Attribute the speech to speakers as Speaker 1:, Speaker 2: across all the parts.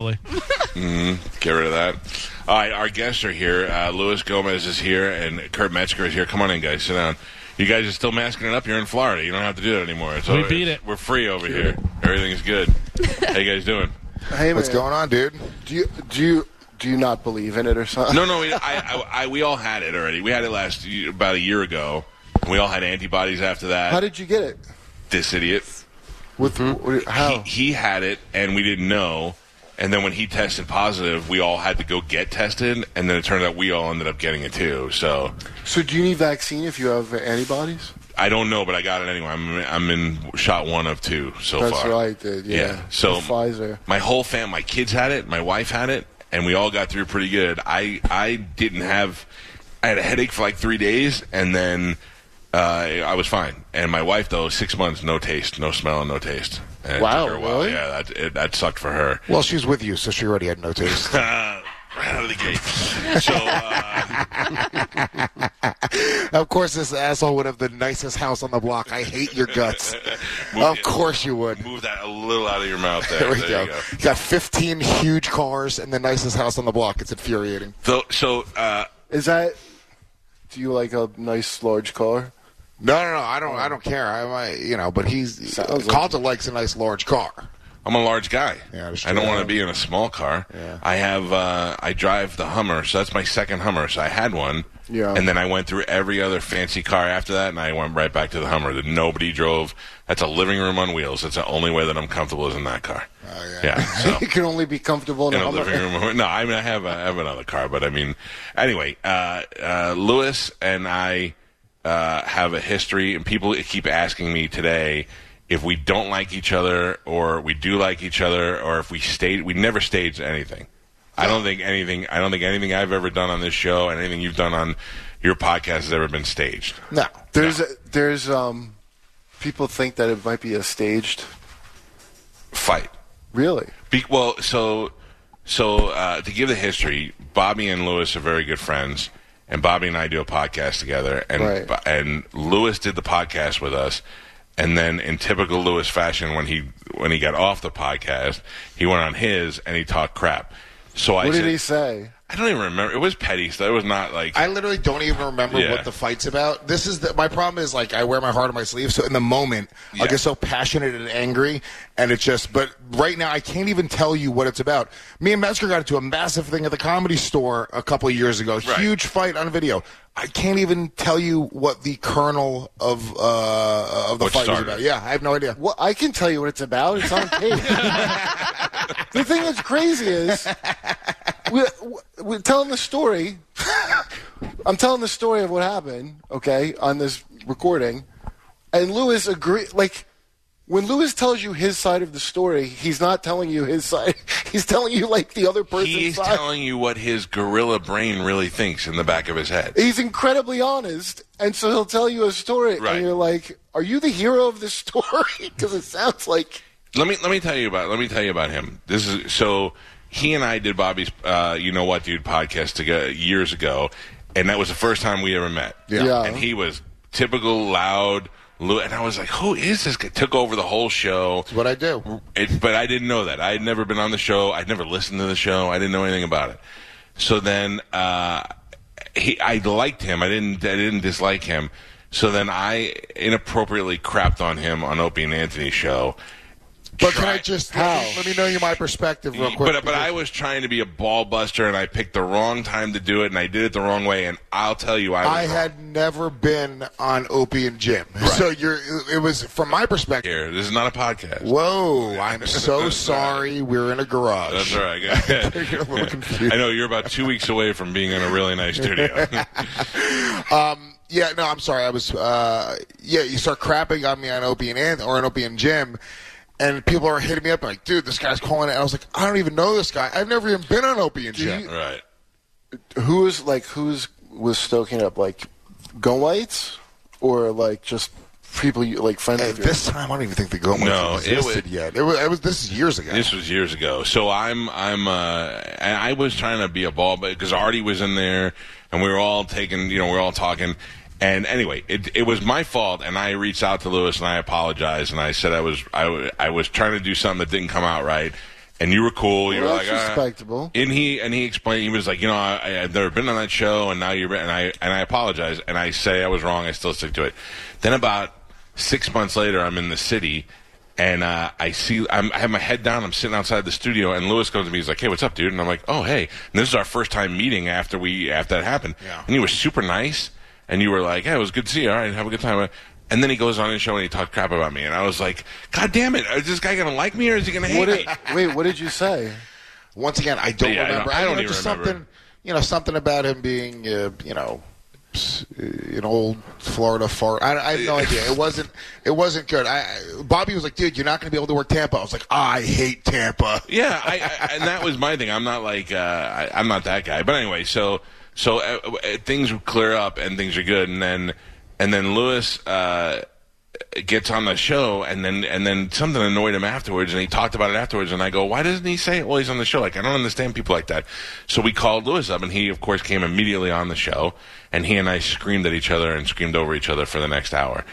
Speaker 1: hopefully.
Speaker 2: Get rid of that. All right, our guests are here. Uh, Luis Gomez is here, and Kurt Metzger is here. Come on in, guys. Sit down. You guys are still masking it up. You're in Florida. You don't have to do that anymore. It's
Speaker 1: We
Speaker 2: all-
Speaker 1: beat
Speaker 2: it's-
Speaker 1: it.
Speaker 2: We're free over here. Everything is good. How you guys doing?
Speaker 3: Hey,
Speaker 4: What's
Speaker 3: man,
Speaker 4: going on, dude?
Speaker 3: Do you do you do you not believe in it or something?
Speaker 2: No, no. We, I, I, I, we all had it already. We had it last year, about a year ago. and We all had antibodies after that.
Speaker 3: How did you get it?
Speaker 2: this idiot?
Speaker 3: With
Speaker 2: Hmm?
Speaker 3: wh-
Speaker 2: He,
Speaker 3: how?
Speaker 2: he had it, and we didn't know. And then when he tested positive, we all had to go get tested, and then it turned out we all ended up getting it too. So
Speaker 3: so do you need vaccine if you have antibodies?
Speaker 2: I don't know, but I got it anyway. I'm I'm in shot one of two so
Speaker 3: That's
Speaker 2: far.
Speaker 3: right, dude. Yeah.
Speaker 2: Yeah, so-
Speaker 3: With Pfizer.
Speaker 2: My whole fam, my kids had it, my wife had it, and we all got through pretty good. I I didn't have. I had a headache for like three days, and then uh, I was fine. And my wife, though, six months, no taste, no smell, and no taste. And it
Speaker 3: Wow,
Speaker 2: took her a while.
Speaker 3: really?
Speaker 2: Yeah, that it, that sucked for her.
Speaker 4: Well, she's with you, so she already had no taste.
Speaker 2: Uh, right out of the gate. So uh,
Speaker 4: of course, this asshole would have the nicest house on the block. I hate your guts. of course you would.
Speaker 2: move that a little out of your mouth. There,
Speaker 4: There we
Speaker 2: There
Speaker 4: go.
Speaker 2: you go.
Speaker 4: You got 15 huge cars and the nicest house on the block. It's infuriating.
Speaker 2: So, so uh,
Speaker 3: Is that? Do you like a nice large car?
Speaker 4: No, no, no. I don't. I don't care. I, I you know, but he's
Speaker 3: Sounds like-
Speaker 4: Calder likes a nice large car.
Speaker 2: I'm a large guy.
Speaker 4: Yeah, that's
Speaker 2: I don't
Speaker 4: true.
Speaker 2: want to be in a small car.
Speaker 4: Yeah.
Speaker 2: I have uh, I drive the Hummer, so that's my second Hummer. So I had one.
Speaker 3: Yeah.
Speaker 2: And then I went through every other fancy car after that, and I went right back to the Hummer that nobody drove. That's a living room on wheels. That's the only way that I'm comfortable is in that car.
Speaker 4: Oh, yeah.
Speaker 2: So.
Speaker 3: you can only be comfortable in,
Speaker 2: in
Speaker 3: a
Speaker 2: a
Speaker 3: Hummer.
Speaker 2: living room. No, I mean I have I have another car, but I mean anyway, uh, uh, Lewis and I uh, have a history, and people keep asking me today if we don't like each other, or we do like each other, or if we stayed. We never staged anything. I don't think anything. I don't think anything I've ever done on this show, and anything you've done on your podcast has ever been staged.
Speaker 4: No.
Speaker 3: There's a, there's um, people think that it might be a staged.
Speaker 2: Fight.
Speaker 3: Really?
Speaker 2: Be- well, so so uh, to give the history, Bobby and Lewis are very good friends, and Bobby and I do a podcast together, and
Speaker 3: Right.
Speaker 2: Bo- and Lewis did the podcast with us, and then in typical Lewis fashion, when he when he got off the podcast, he went on his and he talked crap. So I
Speaker 3: What did
Speaker 2: said-
Speaker 3: he say?
Speaker 2: I don't even remember. It was petty stuff. It was not like
Speaker 4: I literally don't even remember
Speaker 2: Yeah.
Speaker 4: what the fight's about. This is the, my problem is like I wear my heart on my sleeve, so in the moment
Speaker 2: Yeah.
Speaker 4: I get so passionate and angry, and it just. But right now I can't even tell you what it's about. Me and Metzger got into a massive thing at the comedy store a couple of years ago.
Speaker 2: Right.
Speaker 4: Huge fight on video. I can't even tell you what the kernel of uh, of the
Speaker 2: What
Speaker 4: fight was
Speaker 2: started
Speaker 4: about.
Speaker 2: it.
Speaker 4: Yeah, I have no idea.
Speaker 3: Well, I can tell you what it's about. It's on tape. the thing that's crazy is we're, we're telling the story. I'm telling the story of what happened, okay, on this recording. And Lewis agree like when Lewis tells you his side of the story, he's not telling you his side. He's telling you like the other person's
Speaker 2: he's
Speaker 3: side.
Speaker 2: telling you what his gorilla brain really thinks in the back of his head.
Speaker 3: he's incredibly honest, and so he'll tell you a story,
Speaker 2: Right.
Speaker 3: and you're like, "Are you the hero of this story?" Because it sounds like
Speaker 2: Let me let me tell you about let me tell you about him. This is so he and I did Bobby's uh, you know what dude podcast together years ago, and that was the first time we ever met.
Speaker 3: Yeah.
Speaker 2: and he was typical loud, lo- and I was like, who is this? guy? Took over the whole show.
Speaker 4: What I do.
Speaker 2: It, but I didn't know that. I had never been on the show. I'd never listened to the show. I didn't know anything about it. So then uh, he, I liked him. I didn't. I didn't dislike him. So then I inappropriately crapped on him on Opie and Anthony's show.
Speaker 4: But can
Speaker 2: Try-
Speaker 4: I just let me, let me know you my perspective real quick?
Speaker 2: But, but I was trying to be a ball buster, and I picked the wrong time to do it, and I did it the wrong way. And I'll tell you, I, was
Speaker 4: I
Speaker 2: wrong
Speaker 4: had never been on Opie and Jim, so you're. It was from my perspective.
Speaker 2: here. This is not a podcast.
Speaker 4: Whoa! I'm so sorry. We're in a garage.
Speaker 2: That's all right. Go ahead.
Speaker 4: You're a little confused.
Speaker 2: I know you're about two weeks away from being in a really nice studio.
Speaker 4: Um, Yeah, no, I'm sorry. I was. Uh, yeah, you start crapping on me on Opie and Anth- or on Opie and Jim, and people are hitting me up like, "Dude, this guy's calling it." And I was like, "I don't even know this guy. I've never even been on Opie and Jim."
Speaker 2: right.
Speaker 3: who is like who's was stoking up like gun whites or like just people you like friends
Speaker 4: Hey,
Speaker 3: of yours?
Speaker 4: this time, I don't even think the Gomez
Speaker 2: No, it was-
Speaker 4: existed yet. It was, it was. This is years ago.
Speaker 2: This was years ago. So I'm I'm uh and I was trying to be a ball because Artie was in there and we were all taking you know we were all talking and anyway it it was my fault and I reached out to Lewis and I apologized and I said I was I, wa- I was trying to do something that didn't come out right. and you were cool. you were
Speaker 3: Well,
Speaker 2: like,
Speaker 3: that's
Speaker 2: "All right."
Speaker 3: respectable.
Speaker 2: And he and he explained. He was like, you know, I, I've never been on that show, and now you're and I and I apologize, and I say I was wrong. I still stick to it. Then about six months later, I'm in the city, and uh, I see I'm, I have my head down. I'm sitting outside the studio, and Lewis comes to me. He's like, hey, what's up, dude? And I'm like, oh, hey. And this is our first time meeting after we after that happened.
Speaker 4: Yeah.
Speaker 2: And he was super nice, and you were like, hey, it was good to see you. All right, have a good time. And then he goes on his show and he talked crap about me, and I was like, God damn it! Is this guy gonna like me or is he gonna hate
Speaker 3: What
Speaker 2: me?
Speaker 3: did, wait, what did you say?
Speaker 4: Once again, I don't
Speaker 2: Yeah, I don't-
Speaker 4: remember.
Speaker 2: I don't
Speaker 4: know,
Speaker 2: even
Speaker 4: just
Speaker 2: remember.
Speaker 4: something. You know, something about him being, uh, you know, s- uh, an old Florida fart. I, I have no idea. It wasn't. It wasn't good. I, I- Bobby was like, "Dude, you're not going to be able to work Tampa." I was like, "I hate Tampa."
Speaker 2: yeah, I, I, and that was my thing. I'm not like uh, I, I'm not that guy. But anyway, so so uh, uh, things clear up and things are good, and then and then Lewis uh, gets on the show, and then and then something annoyed him afterwards, and he talked about it afterwards, and I go, why doesn't he say it while he's on the show? Like I don't understand people like that. So we called Lewis up, and he of course came immediately on the show, and he and I screamed at each other and screamed over each other for the next hour,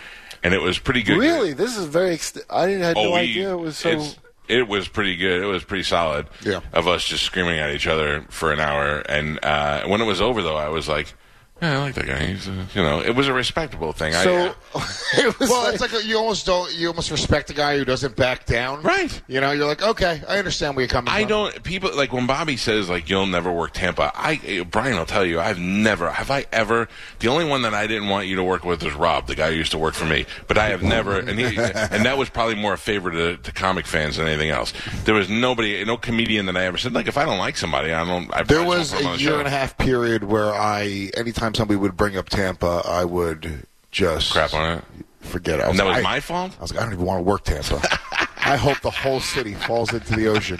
Speaker 2: and it was pretty good.
Speaker 3: Really, this is very. Ext- I didn't had no
Speaker 2: Oh, we-
Speaker 3: idea it was so.
Speaker 2: it's- It was pretty good. It was pretty solid.
Speaker 4: Yeah.
Speaker 2: Of us just screaming at each other for an hour, and uh, when it was over, though, I was like, "Yeah, I like that guy. He's, uh, you know, it was a respectable thing."
Speaker 3: so it was
Speaker 4: Well,
Speaker 3: like,
Speaker 4: it's like a, you almost don't. You almost respect the guy who doesn't back down,
Speaker 2: Right.
Speaker 4: You know, you're like, "Okay, I understand where you're coming
Speaker 2: I, I
Speaker 4: from."
Speaker 2: don't. People like when Bobby says like, "You'll never work Tampa." I uh, Brian will tell you, I've never, have I ever. The only one that I didn't want you to work with was Rob, the guy who used to work for me. But I have never, and he, and that was probably more a favor to, to comic fans than anything else. There was nobody, no comedian that I ever said like, if I don't like somebody, I don't. I
Speaker 4: There
Speaker 2: probably
Speaker 4: was
Speaker 2: don't put 'em on
Speaker 4: a
Speaker 2: the
Speaker 4: year
Speaker 2: show.
Speaker 4: and a half period where I, anytime somebody would bring up Tampa, I would just
Speaker 2: crap on it.
Speaker 4: Forget it. I
Speaker 2: And that was
Speaker 4: like, I-
Speaker 2: my fault.
Speaker 4: I was like, I don't even want to work Tampa. I hope the whole city falls into the ocean.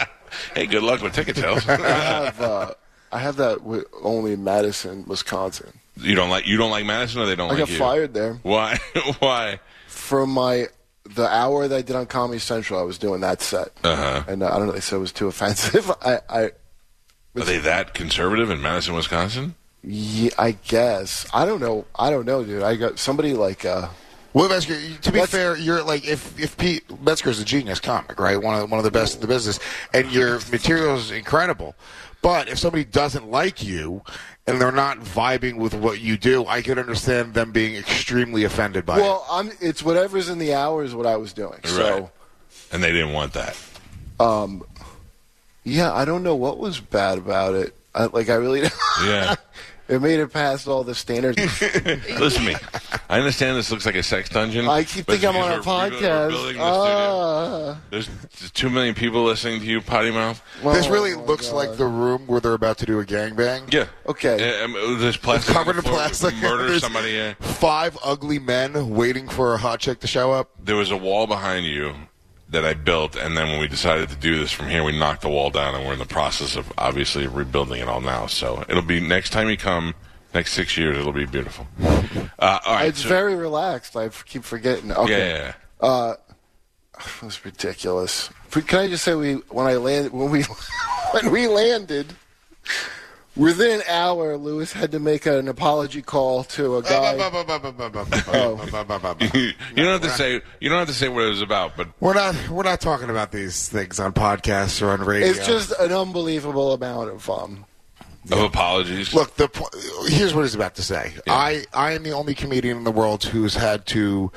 Speaker 2: Hey, good luck with ticket sales.
Speaker 3: I have. Uh, I have that wi- only in Madison, Wisconsin.
Speaker 2: you don't like you don't like Madison, or they don't
Speaker 3: I
Speaker 2: like
Speaker 3: got
Speaker 2: you.
Speaker 3: fired there
Speaker 2: Why? Why?
Speaker 3: for my the hour that I did on Comedy Central. I was doing that set,
Speaker 2: Uh-huh.
Speaker 3: and uh, I don't know. They said it was too offensive. I, I,
Speaker 2: Are they that conservative in Madison, Wisconsin?
Speaker 3: yeah, I guess I don't know. I don't know, dude. I got somebody like. Uh,
Speaker 4: Well, Metzger, to be
Speaker 3: Let's-
Speaker 4: fair, you're like if if Pete Metzger's a genius comic, right? One of one of the best in the business, and your material is incredible. But if somebody doesn't like you and they're not vibing with what you do, I could understand them being extremely offended by
Speaker 3: well, I'm. It's whatever's in the hour is what I was doing.
Speaker 2: Right.
Speaker 3: So,
Speaker 2: And they didn't want that.
Speaker 3: um, yeah, I don't know what was bad about it. I, like, I really.
Speaker 2: Yeah.
Speaker 3: It made it past all the standards.
Speaker 2: Listen to me. I understand this looks like a sex dungeon.
Speaker 3: I keep
Speaker 2: but
Speaker 3: thinking I'm on
Speaker 2: these
Speaker 3: a
Speaker 2: are- we're building- we're
Speaker 3: podcast.
Speaker 2: building this studio.
Speaker 3: Ah.
Speaker 2: There's there's two million people listening to you, potty mouth.
Speaker 4: it. This
Speaker 3: Oh,
Speaker 4: really
Speaker 3: my
Speaker 4: looks
Speaker 3: God.
Speaker 4: like the room where they're about to do a gangbang.
Speaker 2: Yeah.
Speaker 3: Okay.
Speaker 2: Yeah, um, there's plastic. on
Speaker 4: Covered
Speaker 2: the
Speaker 4: in
Speaker 2: floor.
Speaker 4: plastic.
Speaker 2: Murder
Speaker 4: There's
Speaker 2: somebody. yeah.
Speaker 4: Five ugly men waiting for a hot chick to show up.
Speaker 2: there was a wall behind you that I built, and then when we decided to do this from here, we knocked the wall down, and we're in the process of obviously rebuilding it all now. So it'll be next time you come, next six years, it'll be beautiful. Uh, all right,
Speaker 3: It's
Speaker 2: so-
Speaker 3: very relaxed. I f- keep forgetting.
Speaker 2: yeah,
Speaker 3: Okay.
Speaker 2: yeah, yeah.
Speaker 3: Uh, it was ridiculous. F- Can I just say we when I landed when we when we landed within an hour, Lewis had to make an apology call to a guy.
Speaker 2: you don't have to say you don't have to say what it was about, but
Speaker 4: We're not we're not talking about these things on podcasts or on radio.
Speaker 3: It's just an unbelievable amount of um.
Speaker 2: of apologies.
Speaker 4: look. The po- here's what he's about to say. I I am the only comedian in the world who's had to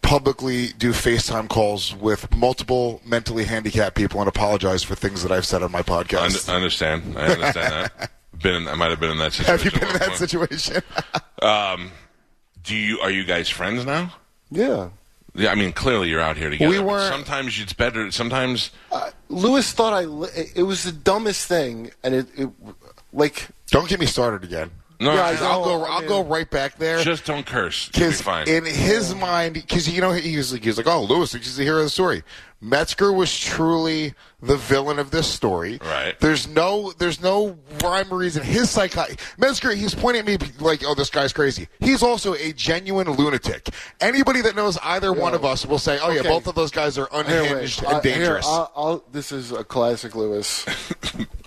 Speaker 4: publicly do FaceTime calls with multiple mentally handicapped people and apologize for things that I've said on my
Speaker 2: I
Speaker 4: podcast.
Speaker 2: und- I understand. I understand that. Been in, I might have been in that situation.
Speaker 4: Have you been
Speaker 2: at one
Speaker 4: in that
Speaker 2: point.
Speaker 4: situation?
Speaker 2: Do you are you guys friends now?
Speaker 3: Yeah.
Speaker 2: Yeah, I mean, clearly you're out here together.
Speaker 4: We
Speaker 2: but
Speaker 4: were-
Speaker 2: Sometimes it's better. Sometimes
Speaker 3: Uh, Lewis thought I. Li- it was the dumbest thing, and it, it like
Speaker 4: Don't get me started again.
Speaker 2: no.
Speaker 3: Yeah, I
Speaker 2: no,
Speaker 3: know.
Speaker 4: I'll go.
Speaker 3: I
Speaker 4: I'll
Speaker 3: mean-
Speaker 4: go right back there.
Speaker 2: Just don't curse. You'll be
Speaker 4: Because
Speaker 2: fine.
Speaker 4: in his mind, because you know he was like, he was like, oh, Lewis, he's the hero of the story. Metzger was truly the villain of this story.
Speaker 2: Right.
Speaker 4: There's no, there's no rhyme or reason. His psychotic Metzger, he's pointing at me like, oh, this guy's crazy. He's also a genuine lunatic. Anybody that knows either one of us will say, oh yeah,
Speaker 3: Okay.
Speaker 4: both of those guys are
Speaker 3: Here,
Speaker 4: unhinged
Speaker 3: wait.
Speaker 4: and
Speaker 3: Uh, here,
Speaker 4: dangerous.
Speaker 3: I'll, I'll, this is a classic Lewis,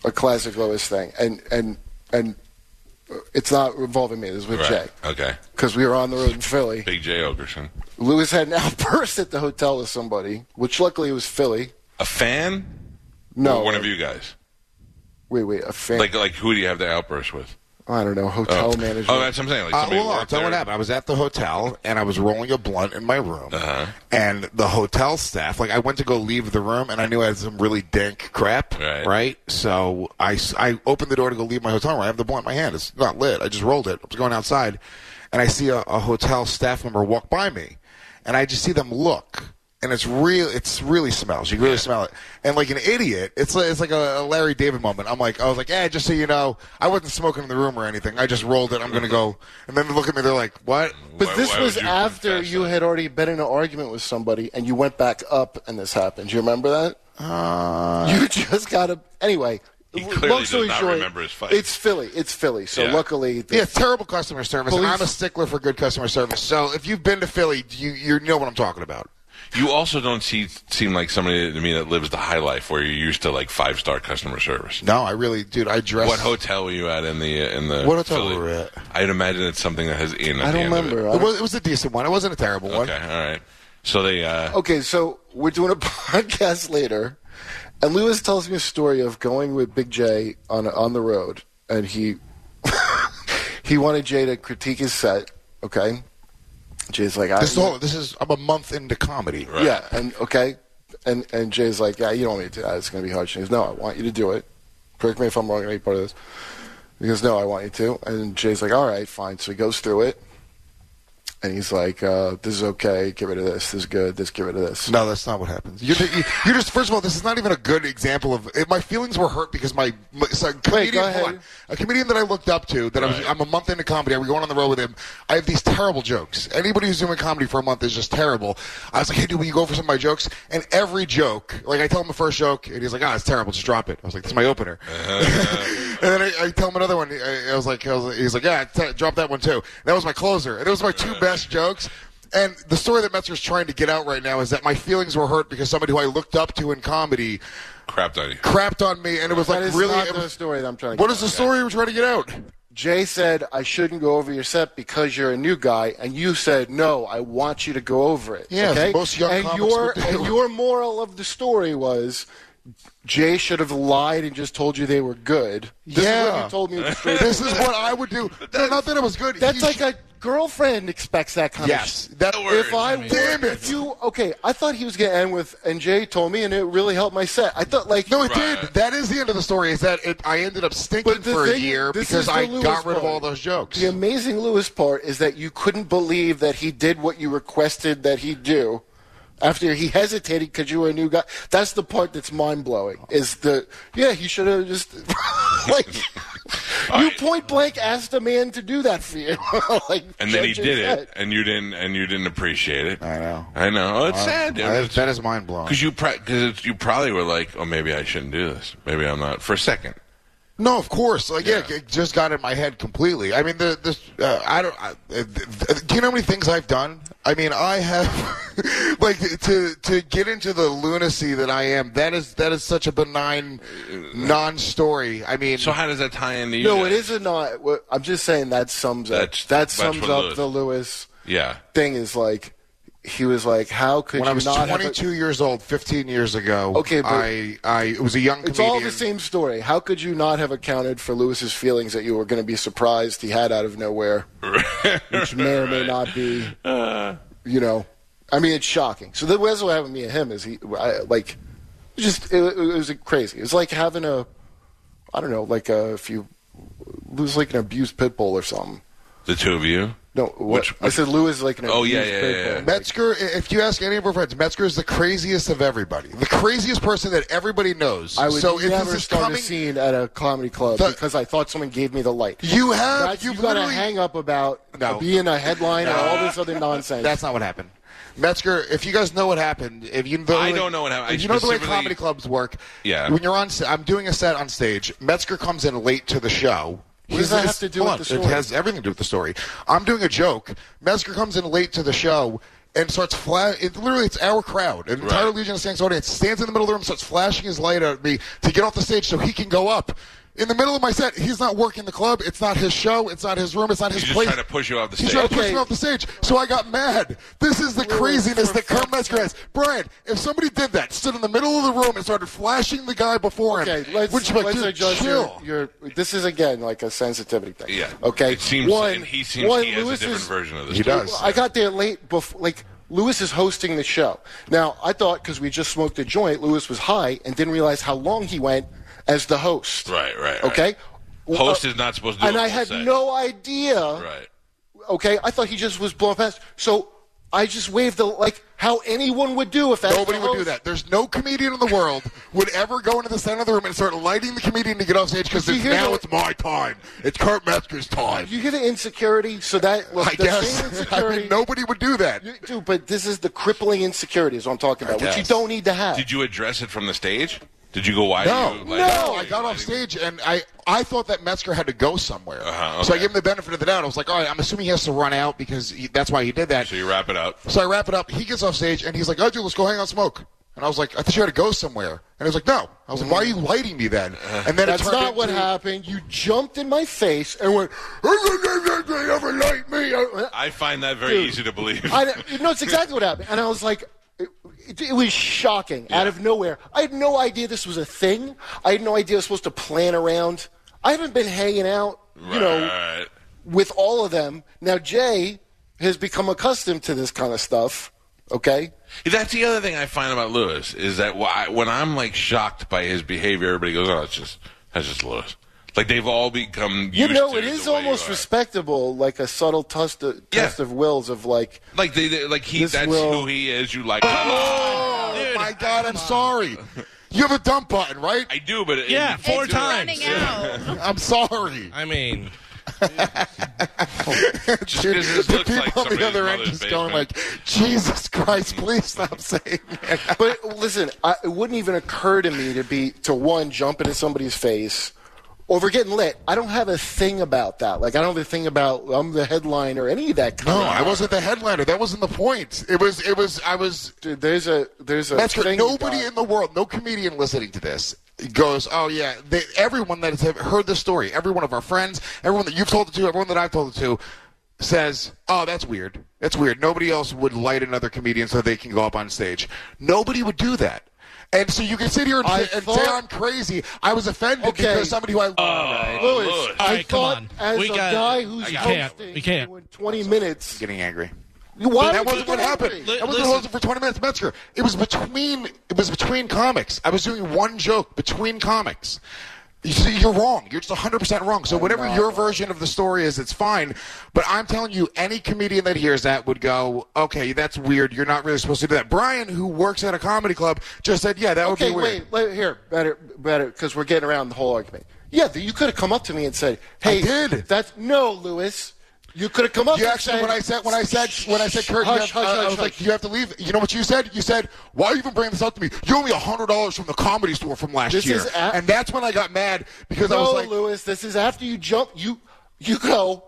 Speaker 3: a classic Lewis thing, and and and it's not involving me. This is with
Speaker 2: Right.
Speaker 3: Jay
Speaker 2: Okay.
Speaker 3: because we were on the road in Philly.
Speaker 2: Big J Ogerson.
Speaker 3: Lewis had an outburst at the hotel with somebody, which luckily was Philly.
Speaker 2: A fan?
Speaker 3: No.
Speaker 2: Or one of you guys.
Speaker 3: Wait, wait, a fan.
Speaker 2: Like, like who do you have the outburst with?
Speaker 3: I don't know, hotel
Speaker 2: oh,
Speaker 3: management.
Speaker 2: Oh, that's what I'm saying. Like
Speaker 4: Uh,
Speaker 2: somebody
Speaker 4: hold on,
Speaker 2: worked
Speaker 4: tell me what
Speaker 2: there.
Speaker 4: happened. I was at the hotel and I was rolling a blunt in my room,
Speaker 2: Uh-huh.
Speaker 4: and the hotel staff, like, I went to go leave the room, and I knew I had some really dank crap,
Speaker 2: Right.
Speaker 4: So I, s- I opened the door to go leave my hotel room. I have the blunt in my hand. It's not lit. I just rolled it. I was going outside, and I see a, a hotel staff member walk by me, and I just see them look. And it's real. It's really smells. You can really smell it. And like an idiot, it's like, it's like a, a Larry David moment. I'm like, I was like, eh, just so you know, I wasn't smoking in the room or anything. I just rolled it. I'm gonna go. And then they look at me. They're like, what?
Speaker 3: But
Speaker 2: Why-
Speaker 3: this
Speaker 2: why
Speaker 3: was
Speaker 2: would you
Speaker 3: after
Speaker 2: confess
Speaker 3: you
Speaker 2: that?
Speaker 3: had already been in an argument with somebody and you went back up and this happened. Do you remember that?
Speaker 4: Uh,
Speaker 3: you just got to. Anyway,
Speaker 2: He
Speaker 3: w-
Speaker 2: clearly
Speaker 3: long
Speaker 2: does
Speaker 3: story
Speaker 2: not
Speaker 3: short,
Speaker 2: remember his fight.
Speaker 3: It's Philly. It's Philly. So
Speaker 2: Yeah.
Speaker 3: luckily. The,
Speaker 4: Yeah, it's terrible customer service. and
Speaker 3: Police-
Speaker 4: I'm a stickler for good customer service. So if you've been to Philly, you you know what I'm talking about.
Speaker 2: You also don't see, seem like somebody to me that lives the high life where you're used to like five star customer service.
Speaker 4: No, I really, dude. I dress.
Speaker 2: What hotel were you at in the uh, in the
Speaker 4: What hotel
Speaker 2: Philly?
Speaker 4: were we at?
Speaker 2: I'd imagine it's something that has in. at
Speaker 3: I
Speaker 2: the
Speaker 3: don't
Speaker 2: end of it.
Speaker 3: remember. I
Speaker 4: It
Speaker 3: don't-
Speaker 4: was, it was a decent one. It wasn't a terrible one.
Speaker 2: Okay, all right. So they uh,
Speaker 3: okay, so we're doing a podcast later, and Lewis tells me a story of going with Big J on on the road, and he he wanted Jay to critique his set. Okay, Jay's like, I,
Speaker 4: This is all. This is. I'm a month into comedy.
Speaker 2: Right.
Speaker 3: Yeah, and okay, and and Jay's like, yeah, you don't want me to do that. It's going to be hard. She goes, no, I want you to do it. Correct me if I'm wrong on any part of this. He goes, no, I want you to. And Jay's like, all right, fine. So he goes through it, and he's like, uh, this is okay. Get rid of this. This is good. This get rid of this.
Speaker 4: No, that's not what happens. You're, ju- you're just. First of all, this is not even a good example of. It, my feelings were hurt because my, my so a comedian.
Speaker 3: ahead.
Speaker 4: hold on. a comedian that I looked up to. That I was.
Speaker 2: Right.
Speaker 4: I'm a month into comedy. I was going on the road with him. I have these terrible jokes. Anybody who's doing comedy for a month is just terrible. I was like, hey, dude, will you go for some of my jokes? And every joke, like I tell him the first joke, and he's like, ah, it's terrible. Just drop it. I was like, this is my opener. and then I, I tell him another one. I, I was like, I was, he's like, yeah, t- drop that one too. That was my closer. And it was my two best jokes. And the story that Metzger's trying to get out right now is that my feelings were hurt because somebody who I looked up to in comedy
Speaker 2: crapped on you.
Speaker 4: crapped on me, and it was
Speaker 3: That
Speaker 4: like
Speaker 3: is
Speaker 4: really.
Speaker 3: not
Speaker 4: it
Speaker 3: the
Speaker 4: was-
Speaker 3: story that I'm trying to.
Speaker 4: what
Speaker 3: get
Speaker 4: is the story we're trying to get out?
Speaker 3: Jay said, I shouldn't go over your set because you're a new guy, and you said, no, I want you to go over it.
Speaker 4: Yes,
Speaker 3: okay?
Speaker 4: most young
Speaker 3: and
Speaker 4: comics
Speaker 3: your,
Speaker 4: would do.
Speaker 3: and your moral of the story was, Jay should have lied and just told you they were good. This is what
Speaker 4: Yeah.
Speaker 3: you told me. straight-
Speaker 4: this is what I would do. No, not that it was good.
Speaker 3: That's
Speaker 4: He
Speaker 3: like
Speaker 4: sh-
Speaker 3: a girlfriend expects that kind
Speaker 4: yes.
Speaker 3: of
Speaker 4: That
Speaker 2: No
Speaker 3: shit. If
Speaker 2: word.
Speaker 3: I
Speaker 2: I mean-
Speaker 4: Damn
Speaker 3: were-
Speaker 4: it.
Speaker 3: if you okay, I thought he was gonna end with and Jay told me and it really helped my set. I thought like
Speaker 4: No, it
Speaker 2: Right.
Speaker 4: did. That is the end of the story. Is that it, I ended up stinking
Speaker 3: But the
Speaker 4: for a
Speaker 3: thing-
Speaker 4: year
Speaker 3: this is
Speaker 4: because
Speaker 3: the
Speaker 4: I
Speaker 3: Lewis
Speaker 4: got rid of
Speaker 3: part.
Speaker 4: all those jokes.
Speaker 3: The amazing Lewis part is that you couldn't believe that he did what you requested that he do. After he hesitated because you were a new guy. That's the part that's mind blowing. Is the yeah he should have just like you
Speaker 2: right.
Speaker 3: point blank asked a man to do that for you. like,
Speaker 2: And then he
Speaker 3: judge
Speaker 2: did
Speaker 3: his
Speaker 2: it, and you didn't, and you didn't appreciate it.
Speaker 4: I know.
Speaker 2: I know. Oh, it's sad, dude.
Speaker 4: That is, that is mind blowing.
Speaker 2: Because you, because you probably were like, oh, maybe I shouldn't do this. Maybe I'm not. For a second,
Speaker 4: No, of course. Like, yeah,
Speaker 2: Yeah.
Speaker 4: it just got in my head completely. I mean, the this uh, I don't. I, uh, th- th- do you know how many things I've done? I mean, I have like to to get into the lunacy that I am. That is that is such a benign non-story. I mean,
Speaker 2: so how does that tie into you?
Speaker 3: No,
Speaker 2: guys?
Speaker 3: it is a not. what- I'm just saying that sums
Speaker 2: That's-
Speaker 3: up. That
Speaker 2: that's
Speaker 3: sums
Speaker 2: what
Speaker 3: up
Speaker 2: Lewis-
Speaker 3: the Lewis
Speaker 2: Yeah.
Speaker 3: thing. Is like he was like, how could
Speaker 4: when
Speaker 3: you
Speaker 4: I was
Speaker 3: not? have a-
Speaker 4: 22 years old, 15 years ago,
Speaker 3: Okay, but-
Speaker 4: I I it was a young
Speaker 3: It's
Speaker 4: comedian.
Speaker 3: all the same story. How could you not have accounted for Lewis's feelings that you were going to be surprised he had out of nowhere, which may or may not be,
Speaker 2: Uh.
Speaker 3: you know, I mean, it's shocking. So that was what happened to me and him is he I, like just it, it was crazy. It was like having a I don't know, like a, if you lose like an abused pit bull or something.
Speaker 2: The two of you.
Speaker 3: No, what,
Speaker 2: Which-
Speaker 3: I said Lewis is like an
Speaker 2: Oh,
Speaker 3: abused
Speaker 2: yeah, yeah,
Speaker 3: pit
Speaker 2: yeah,
Speaker 3: bull.
Speaker 2: yeah.
Speaker 4: Metzger, i- if you ask any of our friends, Metzger is the craziest of everybody. The craziest person that everybody knows.
Speaker 3: I would
Speaker 4: so if
Speaker 3: never
Speaker 4: this is
Speaker 3: start
Speaker 4: coming,
Speaker 3: a scene at a comedy club
Speaker 4: The-
Speaker 3: because I thought someone gave me the light.
Speaker 4: You have
Speaker 3: That's,
Speaker 4: you've
Speaker 3: you've got to
Speaker 4: literally-
Speaker 3: hang up about
Speaker 4: No.
Speaker 3: being a headline and all this other nonsense.
Speaker 4: That's not what happened. Metzger, if you guys know what happened, if you know,
Speaker 2: I don't know what happened.
Speaker 4: if
Speaker 2: I
Speaker 4: you know the way
Speaker 2: specifically-
Speaker 4: comedy clubs work.
Speaker 2: Yeah.
Speaker 4: When you're on, s- I'm doing a set on stage. Metzger comes in late to the show.
Speaker 3: What does
Speaker 4: He's-
Speaker 3: that have
Speaker 4: it's-
Speaker 3: to do
Speaker 4: hold
Speaker 3: with
Speaker 4: on,
Speaker 3: the story?
Speaker 4: It has everything to do with the story. I'm doing a joke. Metzger comes in late to the show and starts flash. It, literally, it's our crowd. An entire
Speaker 2: Right.
Speaker 4: Legion of Skanks audience stands in the middle of the room, starts flashing his light at me to get off the stage so he can go up. in the middle of my set. He's not working the club. It's not his show. It's not his room. It's not
Speaker 2: He's
Speaker 4: his
Speaker 2: just
Speaker 4: place.
Speaker 2: trying to push you off the
Speaker 4: He's
Speaker 2: stage.
Speaker 4: trying to push
Speaker 3: Okay.
Speaker 4: me off the stage. So I got mad. This is the craziness that Kurt Metzger has. Brian, if somebody did that, stood in the middle of the room and started flashing the guy before
Speaker 3: Okay,
Speaker 4: him,
Speaker 3: let's,
Speaker 4: would you be like,
Speaker 3: let's
Speaker 4: dude,
Speaker 3: adjust
Speaker 4: chill?
Speaker 3: your, your. This is again like a sensitivity thing.
Speaker 2: Yeah.
Speaker 3: Okay.
Speaker 2: It seems,
Speaker 3: one.
Speaker 2: and he seems
Speaker 3: one,
Speaker 2: he has
Speaker 3: Lewis
Speaker 2: a different
Speaker 3: is-
Speaker 2: version of this.
Speaker 4: He
Speaker 2: too.
Speaker 4: does.
Speaker 3: I got there late before, like, Lewis is hosting the show. Now, I thought because we just smoked a joint, Lewis was high and didn't realize how long he went as the host.
Speaker 2: Right, right, right.
Speaker 3: Okay?
Speaker 2: Host
Speaker 3: Uh,
Speaker 2: is not supposed to do
Speaker 3: And
Speaker 2: a
Speaker 3: I
Speaker 2: full
Speaker 3: had
Speaker 2: set.
Speaker 3: no idea.
Speaker 2: Right.
Speaker 3: Okay? I thought he just was blowing past. So I just waved, the, like, how anyone would do if that
Speaker 4: Nobody would do that. There's no comedian in the world would ever go into the center of the room and start lighting the comedian to get off stage because
Speaker 3: You
Speaker 4: it's,
Speaker 3: hear
Speaker 4: now
Speaker 3: the-
Speaker 4: it's my time. It's Kurt Metzger's time.
Speaker 3: You hear the insecurity? So that, look,
Speaker 4: I
Speaker 3: the same
Speaker 4: guess. I
Speaker 3: insecurity.
Speaker 4: mean, nobody would do that.
Speaker 3: You- Dude, but this is the crippling insecurity is what I'm talking about, which you
Speaker 4: guess.
Speaker 3: don't need to have.
Speaker 2: Did you address it from the stage? Did you go wide?
Speaker 4: No,
Speaker 2: you,
Speaker 4: no.
Speaker 2: why
Speaker 4: I
Speaker 2: you
Speaker 4: got off
Speaker 2: lighting-
Speaker 4: stage and I, I thought that Metzger had to go somewhere.
Speaker 2: Uh-huh,
Speaker 4: So I
Speaker 2: okay.
Speaker 4: gave him the benefit of the doubt. I was like, all right, I'm assuming he has to run out because he, that's why he did that.
Speaker 2: So you wrap it up.
Speaker 4: So I wrap it up. He gets off stage and he's like, "Oh, dude, let's go hang out, and smoke." And I was like, "I thought you had to go somewhere." And he was like, "No." I was like, "Why are
Speaker 2: Mm.
Speaker 4: you lighting me then?"
Speaker 2: Uh-huh.
Speaker 4: And then it
Speaker 3: That's
Speaker 4: turned
Speaker 3: not what
Speaker 4: into,
Speaker 3: happened. You jumped in my face and went,
Speaker 4: They never light me. Oh,
Speaker 2: I find that very easy to believe.
Speaker 3: I, you know, it's exactly what happened. And I was like, it, it, it was shocking out of nowhere. I had no idea this was a thing. I had no idea I was supposed to plan around. I haven't been hanging out, you know,
Speaker 2: Right.
Speaker 3: with all of them. Now, Jay has become accustomed to this kind of stuff, okay?
Speaker 2: That's the other thing I find about Lewis is that why, when I'm like shocked by his behavior, everybody goes, "Oh, it's just that's just Lewis." Like they've all become.
Speaker 3: You
Speaker 2: used
Speaker 3: know,
Speaker 2: to
Speaker 3: it
Speaker 2: the way
Speaker 3: is
Speaker 2: you
Speaker 3: almost
Speaker 2: are.
Speaker 3: respectable, like a subtle test of,
Speaker 2: Yeah.
Speaker 3: test of wills of like,
Speaker 2: Like they, they like he.
Speaker 3: This
Speaker 2: That's
Speaker 3: will-
Speaker 2: who he is. You like. Come on,
Speaker 4: Oh
Speaker 2: dude.
Speaker 4: my God! I'm sorry. You have a dump button, right?
Speaker 2: I do, but it,
Speaker 1: Yeah,
Speaker 2: it-
Speaker 1: four
Speaker 2: it's-
Speaker 1: times.
Speaker 5: running out.
Speaker 4: I'm sorry.
Speaker 1: I mean,
Speaker 2: Just 'cause this
Speaker 4: the
Speaker 2: looks
Speaker 4: people
Speaker 2: like
Speaker 4: on the
Speaker 2: somebody's
Speaker 4: other end
Speaker 2: mother's
Speaker 4: just going
Speaker 2: basement.
Speaker 4: like, "Jesus Christ! Please stop saying that."
Speaker 3: but listen, I, it wouldn't even occur to me to be to one jump into somebody's face over getting lit. I don't have a thing about that. Like I don't have a thing about I'm the headline or any of that. Kind
Speaker 4: No,
Speaker 3: of
Speaker 4: I wasn't the headliner. That wasn't the point. It was. It was. I was.
Speaker 3: Dude, there's a there's a
Speaker 4: That's
Speaker 3: thing
Speaker 4: correct.
Speaker 3: you
Speaker 4: Nobody
Speaker 3: got.
Speaker 4: in the world, no comedian listening to this goes, oh yeah. They, everyone that has heard this story, every one of our friends, everyone that you've told it to, everyone that I've told it to, says, oh that's weird. That's weird. Nobody else would light another comedian so they can go up on stage. Nobody would do that. And so you can sit here and,
Speaker 3: I
Speaker 4: and say
Speaker 3: thought-
Speaker 4: I'm crazy. I was offended
Speaker 3: Okay.
Speaker 4: because somebody who I love.
Speaker 3: Louis,
Speaker 2: Louis.
Speaker 3: I
Speaker 1: All right, come
Speaker 3: thought
Speaker 1: on.
Speaker 3: as
Speaker 1: We
Speaker 3: a
Speaker 1: got-
Speaker 3: guy who's
Speaker 1: I
Speaker 3: hosting
Speaker 1: got- We can't. We can't.
Speaker 3: doing 20 minutes,
Speaker 4: getting angry.
Speaker 3: why
Speaker 4: that
Speaker 3: would
Speaker 4: wasn't
Speaker 3: you
Speaker 4: what
Speaker 3: get
Speaker 4: happened.
Speaker 3: angry?
Speaker 1: Li-
Speaker 4: I wasn't
Speaker 1: listen.
Speaker 4: hosting for 20 minutes, Metzger. It was between. It was between comics. I was doing one joke between comics. You see, You're wrong. You're just 100% wrong. So whatever your version of the story is, it's fine. But I'm telling you, any comedian that hears that would go, "Okay, that's weird. You're not really supposed to do that." Brian, who works at a comedy club, just said, "Yeah, that
Speaker 3: Okay,
Speaker 4: would be weird."
Speaker 3: wait, let, here, better, better, because we're getting around the whole argument. Yeah, th- you could have come up to me and said, "Hey,
Speaker 4: did.
Speaker 3: that's no, Lewis." You could have come up.
Speaker 4: You
Speaker 3: and
Speaker 4: actually,
Speaker 3: said-
Speaker 4: when I said, when I said, when I said, Kurt, you
Speaker 3: Hush,
Speaker 4: have, uh,
Speaker 3: hush,
Speaker 4: I- I
Speaker 3: hush,
Speaker 4: was like,
Speaker 3: hush.
Speaker 4: you have to leave. You know what you said? You said, why you even bring this up to me? You owe me hundred dollars from the comedy store from last
Speaker 3: This
Speaker 4: year,
Speaker 3: is a-
Speaker 4: and that's when I got mad because I
Speaker 3: No,
Speaker 4: was like,
Speaker 3: Lewis, this is after you jump. You you go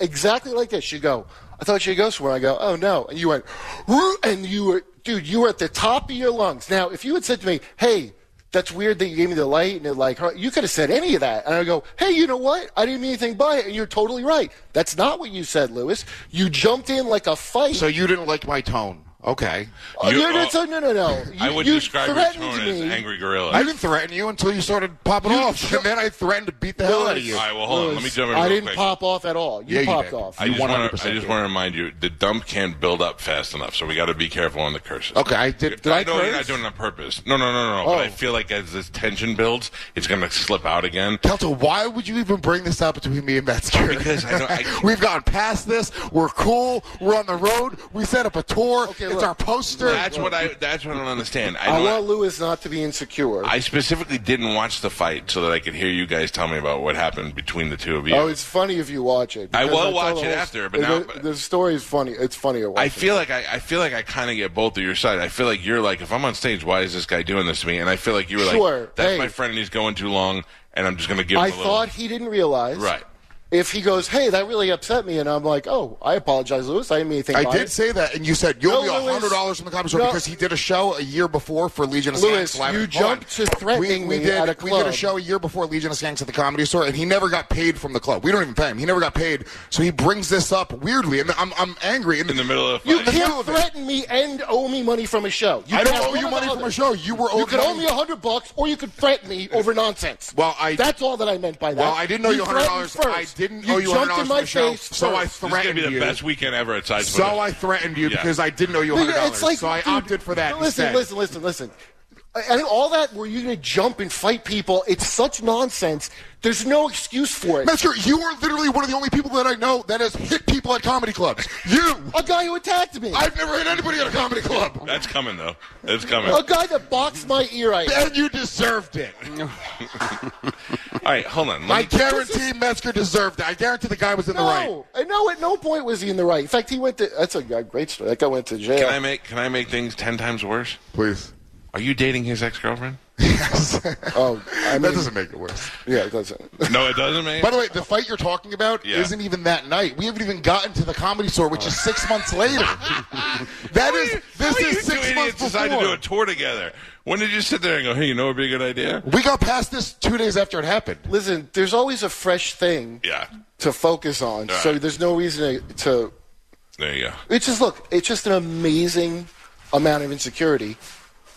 Speaker 3: exactly like this. You go. I thought you'd go somewhere. I go. Oh no! And you went. "Roo," And you were, dude. You were at the top of your lungs. Now, if you had said to me, "Hey, that's weird that you gave me the light," and it like hurt," you could have said any of that, and I go, "Hey, you know what? I didn't mean anything by it." And you're totally right. That's not what you said, Lewis. You jumped in like a fight.
Speaker 4: so you didn't like my tone? Okay,
Speaker 3: Oh,
Speaker 2: You-
Speaker 3: you're
Speaker 2: oh,
Speaker 3: not, so- no, no, no. You,
Speaker 2: I would
Speaker 3: you
Speaker 2: describe your
Speaker 3: threatened
Speaker 2: tone as
Speaker 3: me.
Speaker 2: angry gorilla.
Speaker 4: I didn't threaten you until you started popping
Speaker 3: You
Speaker 4: off,
Speaker 3: ju-
Speaker 4: and then I threatened to beat the hell out of you.
Speaker 2: All right, well, hold on. Let me
Speaker 3: Lewis,
Speaker 2: jump in
Speaker 3: I
Speaker 2: real
Speaker 3: didn't
Speaker 2: quick.
Speaker 3: pop off at all. You
Speaker 4: Yeah, you
Speaker 3: popped
Speaker 4: did.
Speaker 3: off.
Speaker 2: I
Speaker 4: You
Speaker 2: just, wanna, I
Speaker 4: 100%
Speaker 2: just want to remind you, the dump can't build up fast enough, so we got to be careful on the curses.
Speaker 4: Okay, I did- did I
Speaker 2: know you're not
Speaker 4: curse?
Speaker 2: doing it on purpose. No, no, no, no. no. But
Speaker 3: Oh.
Speaker 2: I feel like as this tension builds, it's going to slip out again.
Speaker 4: Kelto, why would you even bring this up between me and Metzger?
Speaker 2: Because I don't- I-
Speaker 4: we've gone past this. We're cool. We're on the road. We set up a tour.
Speaker 3: Okay,
Speaker 4: it's
Speaker 3: look.
Speaker 4: our poster.
Speaker 2: That's what I. That's what I don't understand. I,
Speaker 3: I
Speaker 2: don't-
Speaker 3: want Lewis not to be insecure.
Speaker 2: I specifically didn't watch the fight so that I could hear you guys tell me about what happened between the two of you.
Speaker 3: oh, it's funny if you watch it.
Speaker 2: I will
Speaker 3: because
Speaker 2: watch
Speaker 3: saw the
Speaker 2: it
Speaker 3: whole-
Speaker 2: after, but now-
Speaker 3: the, the story is funny. It's
Speaker 2: I
Speaker 3: funnier. watching
Speaker 2: feel like I, I feel like I kind of get both of your side. I feel like you're like, if I'm on stage, why is this guy doing this to me? And I feel like you were
Speaker 3: Sure,
Speaker 2: like, that's
Speaker 3: hey.
Speaker 2: my friend, and he's going too long, and I'm just going to give.
Speaker 3: it. I
Speaker 2: him a
Speaker 3: thought
Speaker 2: little.
Speaker 3: he didn't realize.
Speaker 2: Right.
Speaker 3: if he goes, hey, that really upset me, and I'm like, oh, I apologize, Lewis. I didn't mean anything.
Speaker 4: I
Speaker 3: by
Speaker 4: did
Speaker 3: it."
Speaker 4: say that, and you said you'll
Speaker 3: No,
Speaker 4: be a hundred
Speaker 3: Louis,
Speaker 4: dollars from the comedy store
Speaker 3: no.
Speaker 4: because he did a show a year before for Legion of
Speaker 3: Louis,
Speaker 4: Skanks live.
Speaker 3: you
Speaker 4: at the Bond.
Speaker 3: jumped to threatening
Speaker 4: we, we
Speaker 3: me
Speaker 4: did,
Speaker 3: at a
Speaker 4: We did a
Speaker 3: club.
Speaker 4: show a year before Legion of Skanks at the comedy store, and he never got paid from the club. We don't even pay him. He never got paid, so he brings this up weirdly, and I'm I'm angry. And
Speaker 2: in the middle of a
Speaker 3: You
Speaker 2: fight.
Speaker 3: can't threaten me and owe me money from a show. You
Speaker 4: I
Speaker 3: can
Speaker 4: don't
Speaker 3: have
Speaker 4: owe
Speaker 3: one
Speaker 4: you
Speaker 3: or
Speaker 4: money
Speaker 3: the
Speaker 4: from
Speaker 3: other.
Speaker 4: a show. You were owed
Speaker 3: You could owe
Speaker 4: money.
Speaker 3: me a hundred bucks, or you could threaten me over nonsense.
Speaker 4: Well, I-
Speaker 3: that's all that I meant by that.
Speaker 4: Well, I didn't owe you
Speaker 3: threatened
Speaker 4: $100.
Speaker 3: first.
Speaker 4: I didn't owe you
Speaker 3: jumped
Speaker 4: $100
Speaker 3: in
Speaker 4: for
Speaker 3: my
Speaker 4: the show,
Speaker 3: face
Speaker 4: so I
Speaker 3: first.
Speaker 2: This is gonna be the
Speaker 4: threatened you.
Speaker 2: best weekend ever at Sidesfoot.
Speaker 4: So I threatened you
Speaker 2: Yeah.
Speaker 4: because I didn't owe you hundred dollars.
Speaker 3: It's like,
Speaker 4: so I
Speaker 3: dude,
Speaker 4: opted for that.
Speaker 3: Listen,
Speaker 4: instead.
Speaker 3: listen, listen, listen. And all that where you're going to jump and fight people, it's such nonsense. There's no excuse for it.
Speaker 4: Metzger, you are literally one of the only people that I know that has hit people at comedy clubs. You.
Speaker 3: A guy who attacked me.
Speaker 4: I've never hit anybody at a comedy club.
Speaker 2: That's coming though. It's coming.
Speaker 3: a guy that boxed my ear out.
Speaker 4: And you deserved it.
Speaker 2: All right, hold on.
Speaker 4: I
Speaker 2: Let me,
Speaker 4: guarantee Metzger deserved it. I guarantee the guy was in the right.
Speaker 3: No, I know at no point was he in the right. In fact, he went to. That's a great story. That guy went to jail.
Speaker 2: can I make can I make things ten times worse?
Speaker 4: Please.
Speaker 2: Are you dating his ex girlfriend?
Speaker 4: Yes.
Speaker 3: oh, I mean,
Speaker 4: that doesn't make it worse.
Speaker 3: yeah, it doesn't.
Speaker 2: No, it doesn't, man.
Speaker 4: By the way, the fight you're talking about
Speaker 2: Yeah.
Speaker 4: isn't even that night. We haven't even gotten to the comedy store, which is six months later. That is, this
Speaker 2: you
Speaker 4: is
Speaker 2: two
Speaker 4: six
Speaker 2: idiots
Speaker 4: months before.
Speaker 2: decided to do a tour together. When did you sit there and go, hey, you know what would be a good idea?
Speaker 4: We got past this two days after it happened.
Speaker 3: Listen, there's always a fresh thing
Speaker 2: Yeah.
Speaker 3: to focus on,
Speaker 2: All
Speaker 3: so
Speaker 2: right.
Speaker 3: there's no reason to, to.
Speaker 2: There you go.
Speaker 3: It's just look. It's just an amazing amount of insecurity.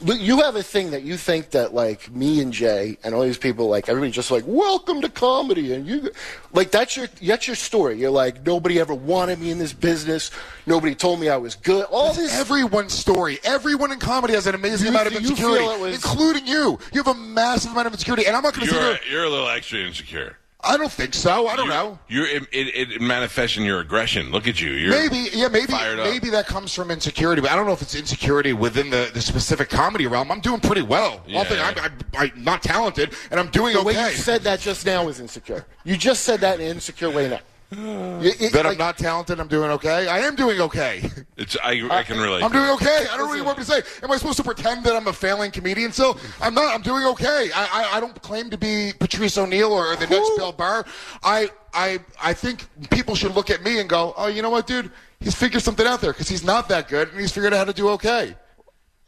Speaker 3: Look, You have a thing that you think that like me and Jay and all these people like everybody just like welcome to comedy and you like that's your that's your story. You're like nobody ever wanted me in this business. Nobody told me I was good. All this
Speaker 4: Everyone's story. Everyone in comedy has an amazing
Speaker 3: You-
Speaker 4: amount of
Speaker 3: you
Speaker 4: insecurity,
Speaker 3: feel it was-
Speaker 4: including you. You have a massive amount of insecurity, and I'm not going to sit
Speaker 2: You're,
Speaker 4: here.
Speaker 2: you're a little extra insecure.
Speaker 4: I don't think so. I don't know.
Speaker 2: You're it, it, it manifests in your aggression. Look at you. You're,
Speaker 4: Maybe, yeah, maybe,
Speaker 2: fired up.
Speaker 4: maybe that comes from insecurity, but I don't know if it's insecurity within the, the specific comedy realm. I'm doing pretty well.
Speaker 2: Yeah.
Speaker 4: I think I'm, I'm, I'm not talented, and I'm doing
Speaker 3: The way
Speaker 4: okay.
Speaker 3: you said that just now was insecure. You just said that in an insecure way now. It- it-
Speaker 4: that
Speaker 3: like,
Speaker 4: I'm not talented. I'm doing okay. I am doing okay.
Speaker 2: It's I, I can relate.
Speaker 4: I'm
Speaker 2: to
Speaker 4: doing okay. I don't really want to say. Am I supposed to pretend that I'm a failing comedian still? I'm not. I'm doing okay. I, I, I don't claim to be Patrice O'Neill or the next Bill Burr. I, I, I think people should look at me and go, oh, you know what, dude? He's figured something out there because he's not that good and he's figured out how to do okay.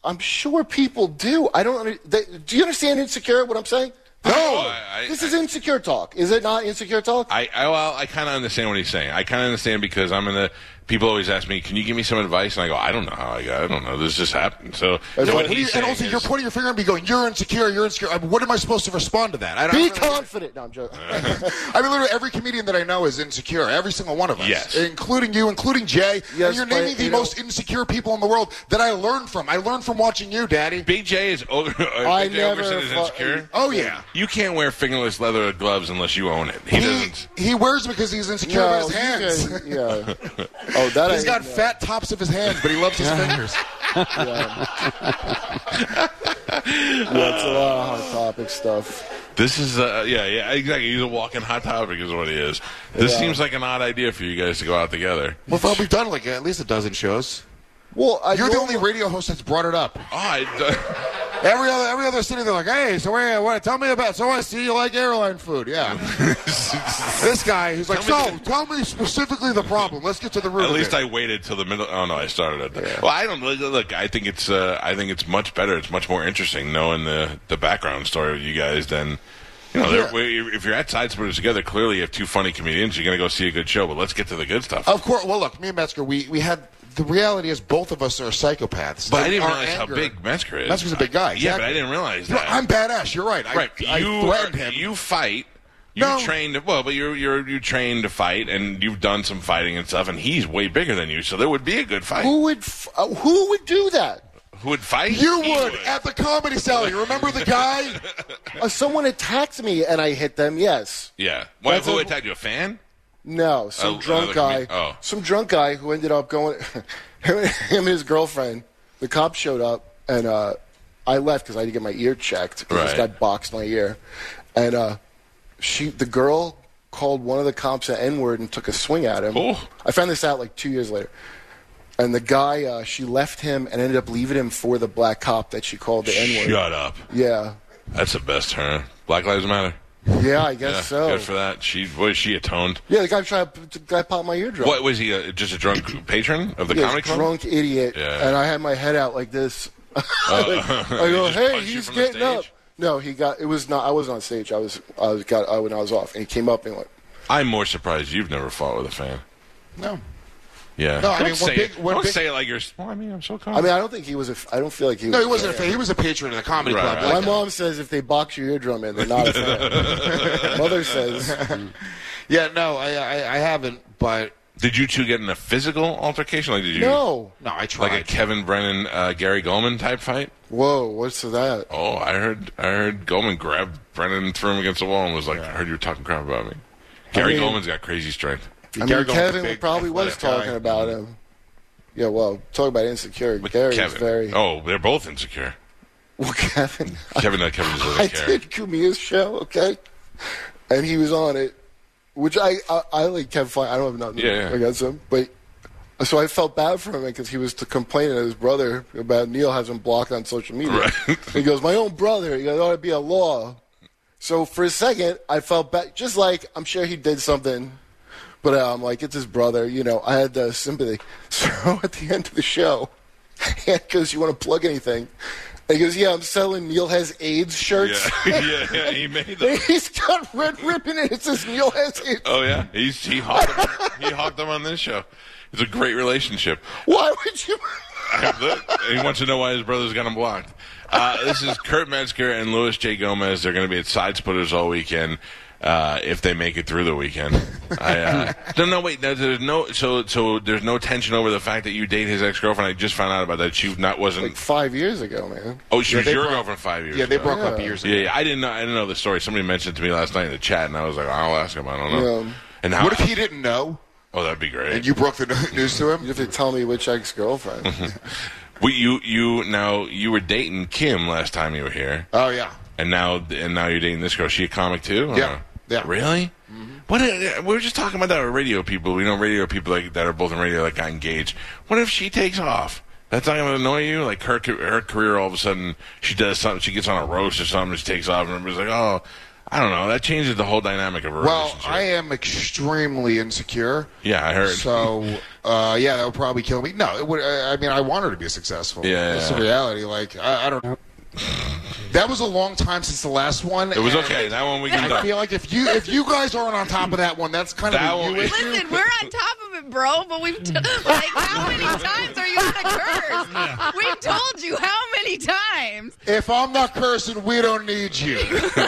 Speaker 3: I'm sure people do. I don't. under- They, do you understand insecure? What I'm saying?
Speaker 2: No.
Speaker 3: this is insecure talk. Is it not insecure talk?
Speaker 2: I, I well, I kind of understand what he's saying. I kind of understand because I'm in the. People always ask me, "Can you give me some advice?" And I go, "I don't know how I got. I don't know. This just happened." So, so
Speaker 3: That's
Speaker 2: what
Speaker 3: right.
Speaker 4: What do you-
Speaker 2: he's
Speaker 4: and
Speaker 2: saying
Speaker 4: also,
Speaker 2: is,
Speaker 4: you're pointing your finger at me, going, "You're insecure. You're insecure." I mean, what am I supposed to respond to that? I don't. I
Speaker 3: Be
Speaker 4: don't really-
Speaker 3: confident. No, I'm joking.
Speaker 4: I mean, literally every comedian that I know is insecure. Every single one of us,
Speaker 2: Yes.
Speaker 4: including you, including Jay.
Speaker 3: Yes,
Speaker 4: and you're
Speaker 3: but,
Speaker 4: naming the
Speaker 3: you know-
Speaker 4: most insecure people in the world that I learned from. I learned from watching you, Daddy.
Speaker 2: Big J is over.
Speaker 3: I
Speaker 2: Big J
Speaker 3: never
Speaker 2: Overson is
Speaker 3: fu-
Speaker 2: insecure.
Speaker 4: Oh yeah.
Speaker 2: You can't wear fingerless leather gloves unless you own it. He
Speaker 4: He,
Speaker 2: doesn't.
Speaker 4: he wears them because he's insecure
Speaker 3: No,
Speaker 4: about his
Speaker 3: you
Speaker 4: hands.
Speaker 3: guys- yeah. Oh, that
Speaker 4: He's
Speaker 3: I-
Speaker 4: got
Speaker 3: no,
Speaker 4: fat tops of his hands, but he loves his fingers.
Speaker 3: yeah. That's a lot of hot topic stuff.
Speaker 2: This is uh, yeah yeah exactly. He's a walking hot topic is what he is. This
Speaker 3: Yeah.
Speaker 2: seems like an odd idea for you guys to go out together.
Speaker 4: Well, Bob, we've done like at least a dozen shows.
Speaker 3: Well, I
Speaker 4: You're the
Speaker 3: don't-
Speaker 4: only radio host that's brought it up.
Speaker 2: Oh, I,
Speaker 4: Every other every other city, they're like, "Hey, so where, what? Tell me about. So I see you like airline food, yeah." this guy, he's like,
Speaker 2: Tell
Speaker 4: "So,
Speaker 2: me-
Speaker 4: tell me specifically the problem. Let's get to the root."
Speaker 2: At
Speaker 4: of
Speaker 2: least
Speaker 4: it."
Speaker 2: I waited till the middle. Oh no, I started it. Well, I don't look, look. I think it's. Uh, I think it's much better. It's much more interesting knowing the the background story of you guys than. You know, there- if you're at Sidesplitters together, clearly you have two funny comedians. You're going to go see a good show, but let's get to the good stuff.
Speaker 4: Of course. Well, look, me and Metzger, we we had the reality is both of us are psychopaths.
Speaker 2: but
Speaker 4: Like,
Speaker 2: I didn't
Speaker 4: our
Speaker 2: realize
Speaker 4: anger-
Speaker 2: how big Metzger is.
Speaker 4: Metzger's a big guy.
Speaker 2: Yeah, but I
Speaker 4: exactly.
Speaker 2: didn't realize
Speaker 4: You're-
Speaker 2: that.
Speaker 4: I'm badass. You're right. I,
Speaker 2: right.
Speaker 4: I
Speaker 2: you
Speaker 4: threatened
Speaker 2: are-
Speaker 4: him.
Speaker 2: You fight. You
Speaker 4: No.
Speaker 2: trained well, but you're you're you trained to fight, and you've done some fighting and stuff. And he's way bigger than you, so there would be a good fight.
Speaker 3: Who would f- uh, who would do that?
Speaker 2: Who would fight?
Speaker 4: You
Speaker 2: He
Speaker 4: would at the comedy cellar. You remember the guy?
Speaker 3: Uh, someone attacked me and I hit them. Yes.
Speaker 2: yeah. Why,
Speaker 3: That's
Speaker 2: who
Speaker 3: a-
Speaker 2: attacked you? A fan?
Speaker 3: No, some
Speaker 2: Oh,
Speaker 3: drunk
Speaker 2: another
Speaker 3: guy.
Speaker 2: commu- oh.
Speaker 3: Some drunk guy who ended up going. him, and his girlfriend. The cops showed up, and uh, I left because I had to get my ear checked. 'cause This
Speaker 2: Right.
Speaker 3: guy boxed my ear, and uh, she, the girl, called one of the cops an N word and took a swing at him.
Speaker 2: Oh.
Speaker 3: I found this out like two years later. And the guy, uh, she left him and ended up leaving him for the black cop that she called the N word.
Speaker 2: Shut up.
Speaker 3: Yeah.
Speaker 2: That's the best term. Black Lives Matter.
Speaker 3: Yeah, I
Speaker 2: Yeah,
Speaker 3: guess so.
Speaker 2: Good for that. She was she atoned.
Speaker 3: Yeah, the guy tried. The guy popped my eardrum.
Speaker 2: What was he? Uh, just a drunk patron of the
Speaker 3: Yeah,
Speaker 2: comedy club?
Speaker 3: drunk idiot.
Speaker 2: Yeah. Uh,
Speaker 3: And I had my head out like this. I
Speaker 2: He
Speaker 3: go,
Speaker 2: just
Speaker 3: hey,
Speaker 2: punched you
Speaker 3: he's
Speaker 2: from the
Speaker 3: getting up.
Speaker 2: stage?
Speaker 3: No, he got. It was not. I wasn't on stage. I was. I was got. I when I was off, and he came up and went.
Speaker 2: I'm more surprised you've never fought with a fan.
Speaker 4: No.
Speaker 2: Yeah.
Speaker 4: No, I
Speaker 2: don't
Speaker 4: mean, when
Speaker 2: say
Speaker 4: big-
Speaker 2: it.
Speaker 4: when
Speaker 2: don't
Speaker 4: big-
Speaker 2: say it like you're. s- Well, I mean, I'm so
Speaker 3: I
Speaker 2: confident.
Speaker 3: mean, I don't think he was. A, f- I don't feel like he.
Speaker 4: No,
Speaker 3: was
Speaker 4: he wasn't a fan. He was a patron of the comedy
Speaker 2: Right,
Speaker 4: club.
Speaker 2: right.
Speaker 4: Like,
Speaker 3: My mom says if they box your eardrum in, they're not a fan. Mother says,
Speaker 4: Yeah, no, I, I, I haven't, but
Speaker 2: did you two get in a physical altercation? Like, did you?
Speaker 3: no.
Speaker 4: no, I tried.
Speaker 2: Like a Kevin Brennan, uh, Gary Goldman type fight?
Speaker 3: Whoa, what's that?
Speaker 2: Oh, I heard. I heard Goldman grabbed Brennan and threw him against the wall and was like, "I heard you were talking crap about me." Gary
Speaker 3: mean-
Speaker 2: Goldman's got crazy strength.
Speaker 3: I mean,
Speaker 4: Gary Goldman's a
Speaker 3: Kevin
Speaker 4: big,
Speaker 3: probably was
Speaker 4: athletic guy.
Speaker 3: talking about him. Yeah, well, talking about insecure. Gary's
Speaker 2: Kevin.
Speaker 3: very.
Speaker 2: Oh, they're both insecure.
Speaker 3: Well, Kevin.
Speaker 2: Kevin, uh, Kevin doesn't
Speaker 3: I
Speaker 2: care.
Speaker 3: did Kumia's show, okay, and he was on it, which I I, I like Kevin Fine. I don't have nothing
Speaker 2: Yeah, yeah.
Speaker 3: against him, but so I felt bad for him because he was to complaining to his brother about Neil has him blocked on social media.
Speaker 2: Right.
Speaker 3: he goes, my own brother. He goes, ought to be a law. So for a second, I felt bad, just like I'm sure he did something. But uh, I'm like, it's his brother, you know. I had the sympathy. So at the end of the show, Ann goes, "You want to plug anything?" And he goes, "Yeah, I'm selling Neil has AIDS shirts."
Speaker 2: Yeah, yeah, yeah, he made them.
Speaker 3: He's got red ribbon and it says Neil has AIDS.
Speaker 2: Oh yeah, he's he hawked them. he hawked them on this show. It's a great relationship.
Speaker 3: Why would you?
Speaker 2: he wants to know why his brother's got him blocked. Uh, this is Kurt Metzger and Louis J. Gomez. They're going to be at Side Splitters all weekend uh, if they make it through the weekend. I, uh, no, no, wait. No, there's no so so. There's no tension over the fact that you date his ex girlfriend. I just found out about that. She not wasn't.
Speaker 3: Five years ago, man.
Speaker 2: Oh, she
Speaker 4: Yeah,
Speaker 2: was
Speaker 4: they
Speaker 2: your
Speaker 4: brought-
Speaker 2: girlfriend five years.
Speaker 4: yeah, they
Speaker 2: ago.
Speaker 4: broke up years ago.
Speaker 2: Yeah, yeah, I didn't know. I didn't know the story. Somebody mentioned it to me last night in the chat, and I was like, I'll ask him. I don't know.
Speaker 3: Yeah.
Speaker 2: And how?
Speaker 4: What if he didn't know
Speaker 2: oh, that'd be great.
Speaker 4: and you broke the news to
Speaker 3: You
Speaker 4: him?
Speaker 3: have to tell me which ex-girlfriend.
Speaker 2: Well, you you now you were dating Kim last time you were here,
Speaker 4: Oh, yeah.
Speaker 2: and now and now you're dating this girl. Is she a comic too? or
Speaker 4: Yeah,
Speaker 2: no?
Speaker 4: yeah. Mm-hmm.
Speaker 2: Really? What? If, we were just talking about that with radio people. We know radio people like, that are both in radio that got engaged. What if she takes off? That's not going to annoy you. Like her ca- her career, all of a sudden she does something. She gets on a roast or something. She takes off, and everybody's like, oh. I don't know. That changes the whole dynamic of a
Speaker 4: Well,
Speaker 2: relationship.
Speaker 4: I am extremely insecure.
Speaker 2: yeah, I heard.
Speaker 4: So, uh, yeah, that would probably kill me. No, it would. I I mean, I want her to be successful.
Speaker 2: Yeah.
Speaker 4: that's the reality. Like, I, I don't know. That was a long time since the last one.
Speaker 2: it was
Speaker 4: and
Speaker 2: okay. That one we can.
Speaker 4: I
Speaker 2: talk.
Speaker 4: feel like if you if you guys aren't on top of that one, that's kind
Speaker 2: That
Speaker 4: of a
Speaker 2: one-
Speaker 4: you issue.
Speaker 1: Listen, we're on top of it, bro. But we've t- like how many times are you gonna curse? We've told you how many times.
Speaker 4: If I'm not cursing, we don't need you.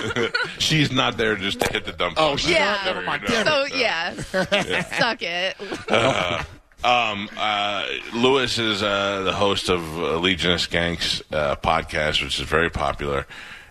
Speaker 2: She's not there just to hit the dump.
Speaker 4: Oh,
Speaker 2: button.
Speaker 4: she's
Speaker 1: Yeah. not? Never
Speaker 4: mind.
Speaker 2: No,
Speaker 4: Damn
Speaker 2: no.
Speaker 1: So yeah, suck it.
Speaker 2: Um, uh, Lewis is uh, the host of uh, Legion of Skanks uh, podcast, which is very popular.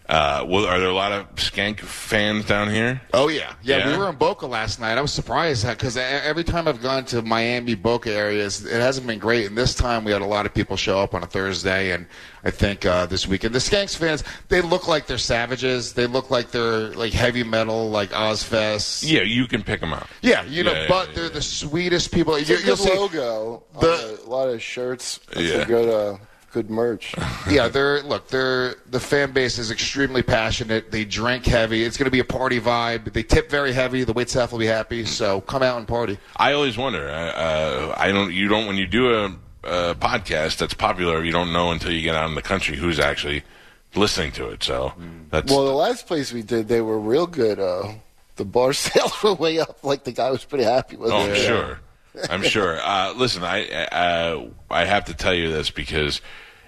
Speaker 2: Uh, well, are there a lot of Skank fans down here?
Speaker 4: Oh yeah. yeah,
Speaker 2: Yeah?
Speaker 4: We were in Boca last night. I was surprised because e-, every time I've gone to Miami Boca areas, it hasn't been great. And this time we had a lot of people show up on a Thursday, and I think uh, this weekend the Skanks fans they look like they're savages. They look like they're like heavy metal, like Ozfest.
Speaker 2: Yeah, you can pick them out.
Speaker 4: Yeah, you know,
Speaker 2: Yeah, yeah,
Speaker 4: but
Speaker 2: yeah,
Speaker 4: they're
Speaker 2: yeah.
Speaker 4: the sweetest people.
Speaker 3: It's a
Speaker 4: You,
Speaker 3: good
Speaker 4: you'll see,
Speaker 3: logo. on
Speaker 4: the-
Speaker 3: a lot of shirts. That's
Speaker 2: Yeah.
Speaker 3: a good, uh, good merch.
Speaker 4: yeah, they're look, they're the fan base is extremely passionate. They drink heavy. It's going to be a party vibe. They tip very heavy. The wait staff will be happy. So come out and party.
Speaker 2: I always wonder. Uh, uh, I don't. You don't. When you do a, a podcast that's popular, you don't know until you get out in the country who's actually listening to it. So that's
Speaker 3: Well, the last place we did, they were real good. Uh, the bar sales were way up. Like the guy was pretty happy with
Speaker 2: Oh,
Speaker 3: it.
Speaker 2: I'm sure. I'm sure. Uh, listen, I uh, I have to tell you this because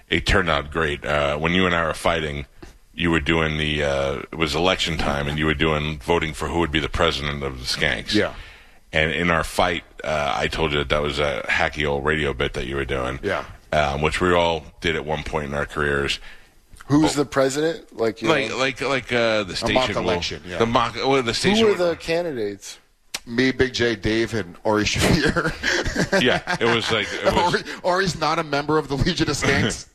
Speaker 2: it turned out great. Uh, when you and I were fighting, you were doing the uh, it was election time, and you were doing voting for who would be the president of the Skanks.
Speaker 4: Yeah.
Speaker 2: And in our fight, uh, I told you that that was a hacky old radio bit that you were doing.
Speaker 4: Yeah.
Speaker 2: Um, which we all did at one point in our careers.
Speaker 3: Who's the president? Like, you
Speaker 2: Like
Speaker 3: know,
Speaker 2: like like uh, the station will-
Speaker 4: election, yeah.
Speaker 2: The mock. Well, the station.
Speaker 3: who were
Speaker 2: would-
Speaker 3: the candidates?
Speaker 4: Me, Big J, Dave, and Ori Shafir.
Speaker 2: yeah. It was like it was,
Speaker 4: Ori, Ori's not a member of the Legion of Skanks.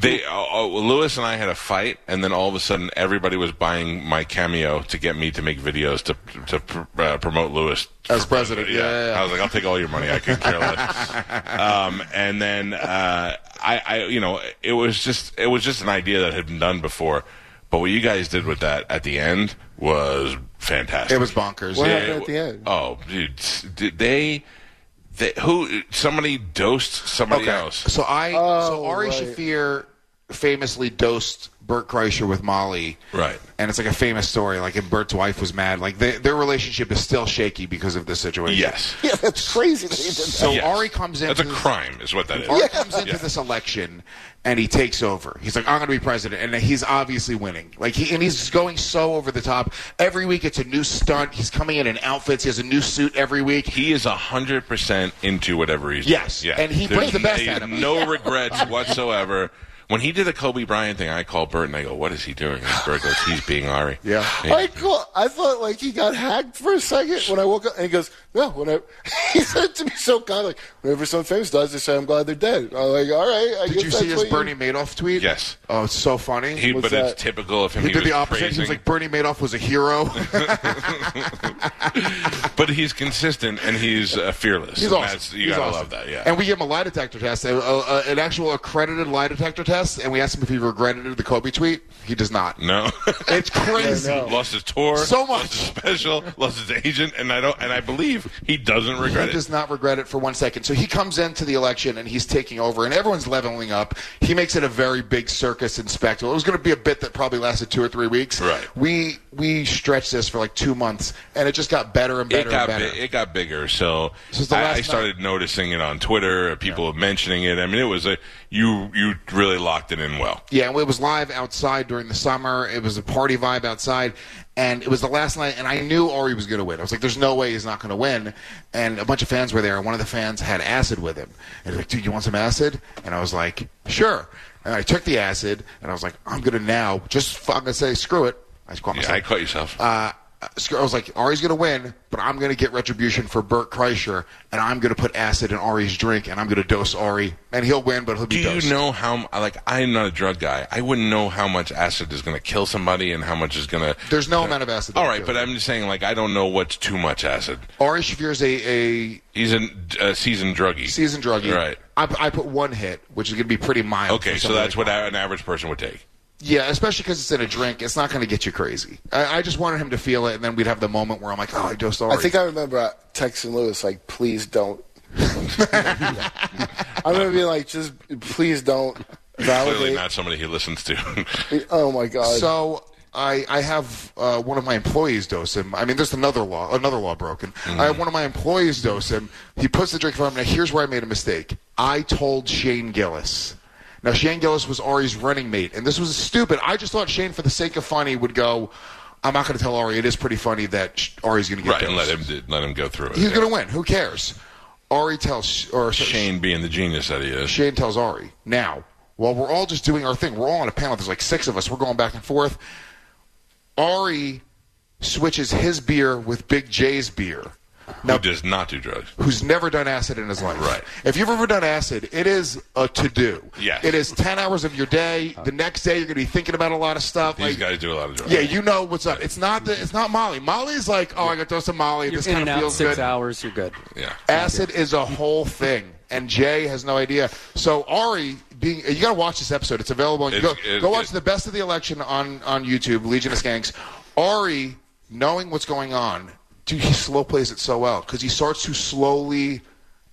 Speaker 2: They, oh, oh, well, Lewis and I had a fight, and then all of a sudden, everybody was buying my cameo to get me to make videos to to pr- uh, promote Lewis
Speaker 4: As
Speaker 2: for
Speaker 4: president, yeah, yeah, yeah.
Speaker 2: I was like, I'll take all your money. I could care less. um, and then uh, I, I, you know, it was just it was just an idea that had been done before, But what you guys did with that at the end was fantastic.
Speaker 4: It was bonkers.
Speaker 3: What
Speaker 4: Yeah.
Speaker 3: happened at the end?
Speaker 2: Oh, dude, s- did they, they who somebody dosed somebody else.
Speaker 4: So I so
Speaker 3: Oh,
Speaker 4: Ari
Speaker 3: right.
Speaker 4: Shafir famously dosed Burt Kreischer with Molly.
Speaker 2: Right.
Speaker 4: And it's like a famous story. Like, and Bert's wife was mad. Like, they, their relationship is still shaky because of this situation.
Speaker 2: Yes.
Speaker 3: Yeah, that's crazy. That he did that.
Speaker 4: So
Speaker 2: Yes.
Speaker 4: Ari comes in.
Speaker 2: That's a crime, is what that is.
Speaker 4: Ari comes into this election and he takes over. He's like, I'm going to be president, and he's obviously winning. Like, he and he's going so over the top. Every week, it's a new stunt. He's coming in in outfits. He has a new suit every week.
Speaker 2: He is hundred percent into whatever he's
Speaker 4: Yes,
Speaker 2: doing.
Speaker 4: and he
Speaker 2: There's
Speaker 4: brings the best
Speaker 2: n-
Speaker 4: out of him.
Speaker 2: No regrets whatsoever. When he did the Kobe Bryant thing, I called Bert and I go, "What is he doing?" And Bert goes, "He's being Ari."
Speaker 4: Yeah.
Speaker 3: I call, I thought like he got hacked for a second when I woke up, and he goes, "No." When I, he said it to me so kind, like whenever someone famous dies, they say, "I'm glad they're dead." I'm like, "All right." I
Speaker 4: Did
Speaker 3: guess
Speaker 4: you
Speaker 3: that's
Speaker 4: see his
Speaker 3: what
Speaker 4: Bernie Madoff tweet?
Speaker 2: Yes.
Speaker 4: Oh, it's so funny.
Speaker 2: He,
Speaker 3: What's
Speaker 2: but
Speaker 3: that?
Speaker 2: it's typical of him.
Speaker 4: He did
Speaker 2: was
Speaker 4: the opposite. He was
Speaker 2: praising-
Speaker 4: like, Bernie Madoff was a hero.
Speaker 2: but he's consistent and he's uh, fearless.
Speaker 4: He's
Speaker 2: And
Speaker 4: awesome.
Speaker 2: that's- You
Speaker 4: He's
Speaker 2: gotta
Speaker 4: awesome.
Speaker 2: love that. Yeah.
Speaker 4: And we gave him a lie detector test, a, a, a- an actual accredited lie detector test, and we asked him if he regretted the Kobe tweet. He does not.
Speaker 2: no.
Speaker 4: It's crazy.
Speaker 3: Yeah, no.
Speaker 2: lost his tour,
Speaker 4: So much.
Speaker 2: lost his special, lost his agent, and I don't. And I believe he doesn't regret
Speaker 4: He
Speaker 2: it.
Speaker 4: does not regret it for one second. So he comes into the election and he's taking over, and everyone's leveling up. He makes it a very big circus and spectacle. It was going to be a bit that probably lasted two or three weeks.
Speaker 2: Right.
Speaker 4: We we stretched this for like two months, and it just got better and better
Speaker 2: it got
Speaker 4: and better.
Speaker 2: bi- it got bigger. So
Speaker 4: This is the
Speaker 2: I,
Speaker 4: last
Speaker 2: I started noticing it on Twitter. People mentioning it. I mean, it was a you you really locked it in well.
Speaker 4: Yeah, and it was live outside during the summer. It was a party vibe outside, and it was the last night. And I knew Ari was going to win. I was like, "There's no way he's not going to win." And a bunch of fans were there, and one of the fans had acid with him. And he's like, "Dude, you want some acid?" And I was like, "Sure." And I took the acid, and I was like, "I'm going to now just fucking say screw it." I just caught
Speaker 2: Yeah, I
Speaker 4: myself.
Speaker 2: caught yourself.
Speaker 4: uh, sc- I was like, Ari's going to win, but I'm going to get retribution for Burt Kreischer, and I'm going to put acid in Ari's drink, and I'm going to dose Ari, and he'll win, but he'll
Speaker 2: Do
Speaker 4: be dosed.
Speaker 2: you know how? m- Like, I'm not a drug guy. I wouldn't know how much acid is going to kill somebody and how much is going to.
Speaker 4: There's no amount of acid. that
Speaker 2: All
Speaker 4: will
Speaker 2: right,
Speaker 4: kill
Speaker 2: but
Speaker 4: you.
Speaker 2: I'm just saying, like, I don't know what's too much acid.
Speaker 4: Ari Shaffir's a, a
Speaker 2: He's a, a seasoned druggie.
Speaker 4: seasoned druggie.
Speaker 2: Right.
Speaker 4: I, I put one hit, which is going to be pretty mild.
Speaker 2: Okay,
Speaker 4: for
Speaker 2: so
Speaker 4: somebody
Speaker 2: that's
Speaker 4: like
Speaker 2: what a- an average person would take.
Speaker 4: that. Yeah, especially because it's in a drink. It's not going to get you crazy. I, I just wanted him to feel it, and then we'd have the moment where I'm like, oh, I dosed Ari.
Speaker 3: I think I remember uh, texting Lewis like, "Please don't." I remember being like, "Just please don't
Speaker 2: Clearly
Speaker 3: validate."
Speaker 2: not somebody he listens to.
Speaker 3: Oh my god!
Speaker 4: so I, I have uh, one of my employees dose him. I mean, there's another law, another law broken. I
Speaker 2: Mm.
Speaker 4: have one of my employees dose him. He puts the drink in front of him. Now, here's where I made a mistake. I told Shane Gillis. Now, Shane Gillis was Ari's running mate, and this was stupid. I just thought Shane, for the sake of funny, would go. I'm not going to tell Ari. It is pretty funny that sh- Ari's going to get
Speaker 2: right, and let
Speaker 4: dosed."
Speaker 2: him do- let him go through it.
Speaker 4: He's
Speaker 2: Yeah.
Speaker 4: going to win. Who cares? Ari tells or Shane.
Speaker 2: Shane being the genius that he is.
Speaker 4: Shane tells Ari. Now, while we're all just doing our thing, we're all on a panel. There's like six of us. We're going back and forth. Ari switches his beer with Big J's beer.
Speaker 2: who
Speaker 4: Now,
Speaker 2: does not do drugs.
Speaker 4: who's never done acid in his life?
Speaker 2: Right.
Speaker 4: If you've ever done acid, it is a to do.
Speaker 2: Yes.
Speaker 4: It is ten hours of your day. The next day, you're going to be thinking about a lot of stuff.
Speaker 2: These
Speaker 4: like-
Speaker 2: guys do a lot of drugs.
Speaker 4: yeah, you know what's up. It's not the, it's not Molly. Molly's like, oh, I got to throw some Molly.
Speaker 5: You're
Speaker 4: this
Speaker 5: in
Speaker 4: kind
Speaker 5: and
Speaker 4: of
Speaker 5: out
Speaker 4: feels
Speaker 5: six
Speaker 4: good.
Speaker 5: hours. You're good.
Speaker 2: yeah.
Speaker 4: Acid is a whole thing, and Jay has no idea. So Ari, being you got to watch this episode. It's available. on-
Speaker 2: It's-
Speaker 4: go,
Speaker 2: it-
Speaker 4: go watch
Speaker 2: it-
Speaker 4: the best of the election on on YouTube. Legion of Skanks. Ari, knowing what's going on, dude, he slow plays it so well because he starts to slowly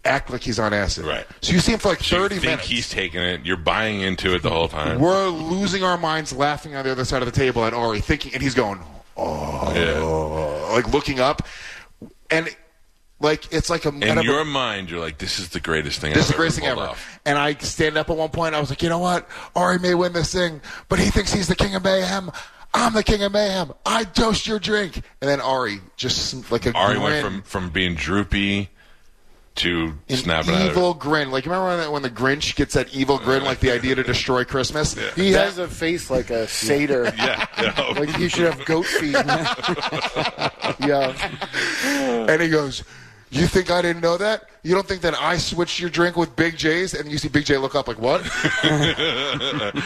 Speaker 4: act like he's on acid.
Speaker 2: Right.
Speaker 4: So you see him for like
Speaker 2: So you
Speaker 4: thirty
Speaker 2: think
Speaker 4: minutes.
Speaker 2: he's taking it. You're buying into it the whole time.
Speaker 4: We're losing our minds, laughing on the other side of the table at Ari, thinking, and he's going,
Speaker 2: Yeah.
Speaker 4: oh, like looking up, and like it's like a
Speaker 2: In
Speaker 4: at a-
Speaker 2: your mind, you're like, this is the greatest thing.
Speaker 4: This
Speaker 2: I've
Speaker 4: is the greatest thing
Speaker 2: pulled
Speaker 4: ever.
Speaker 2: off.
Speaker 4: And I stand up at one point. I was like, you know what? Ari may win this thing, but he thinks he's the king of mayhem. I'm the king of mayhem. I toast your drink. And then Ari just like a
Speaker 2: Ari
Speaker 4: grin,
Speaker 2: went from from being droopy to
Speaker 4: an
Speaker 2: snapping out of it.
Speaker 4: evil grin. Like remember when, that, when the Grinch gets that evil grin, like the idea to destroy Christmas.
Speaker 3: he
Speaker 4: That-
Speaker 3: has a face like a satyr.
Speaker 2: Yeah. yeah.
Speaker 3: Like he should have goat feet. yeah.
Speaker 4: and he goes, "You think I didn't know that? You don't think that I switched your drink with Big J's?" And you see Big J look up like, "What?"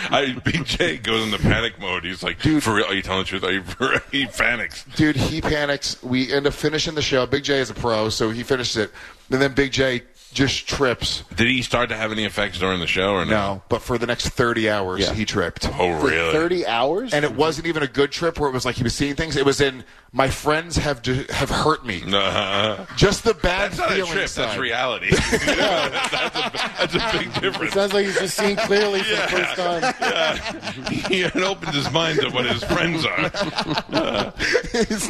Speaker 2: I, Big J goes into panic mode. He's like, for real? Are you telling the truth? Are you for real?" He panics.
Speaker 4: Dude, he panics. We end up finishing the show. Big J is a pro, so he finishes it. And then Big J just trips.
Speaker 2: Did he start to have any effects during the show or no?
Speaker 4: No, but for the next 30 hours,
Speaker 3: Yeah.
Speaker 4: he tripped.
Speaker 2: Oh, really?
Speaker 3: Thirty hours.
Speaker 4: And it wasn't even a good trip where it was like he was seeing things. It was in my friends have d- have hurt me.
Speaker 2: No.
Speaker 4: Just the bad
Speaker 2: That's not a
Speaker 4: feeling
Speaker 2: trip.
Speaker 4: side.
Speaker 2: That's reality. that's, a, that's a big difference.
Speaker 3: Sounds like he's just seeing clearly for the first time.
Speaker 2: he had opened his mind to what his friends are.
Speaker 4: He's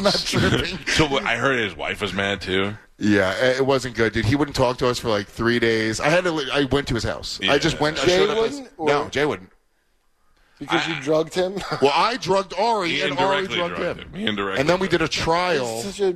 Speaker 4: not tripping.
Speaker 2: So what- I heard his wife was mad too.
Speaker 4: Yeah, it- it wasn't good, dude. He wouldn't talk to us for like three days. I had to. li- I went to his house.
Speaker 2: Yeah.
Speaker 4: I just went. I
Speaker 3: Jay
Speaker 4: showed up as-
Speaker 3: wouldn't, or-
Speaker 4: no, Jay wouldn't.
Speaker 3: Because you drugged him?
Speaker 4: Well, I drugged Ari,
Speaker 2: He
Speaker 4: and Ari
Speaker 2: indirectly
Speaker 4: drugged
Speaker 2: drugged him.
Speaker 4: him.
Speaker 2: He indirectly
Speaker 4: and then we did a trial
Speaker 3: Such a,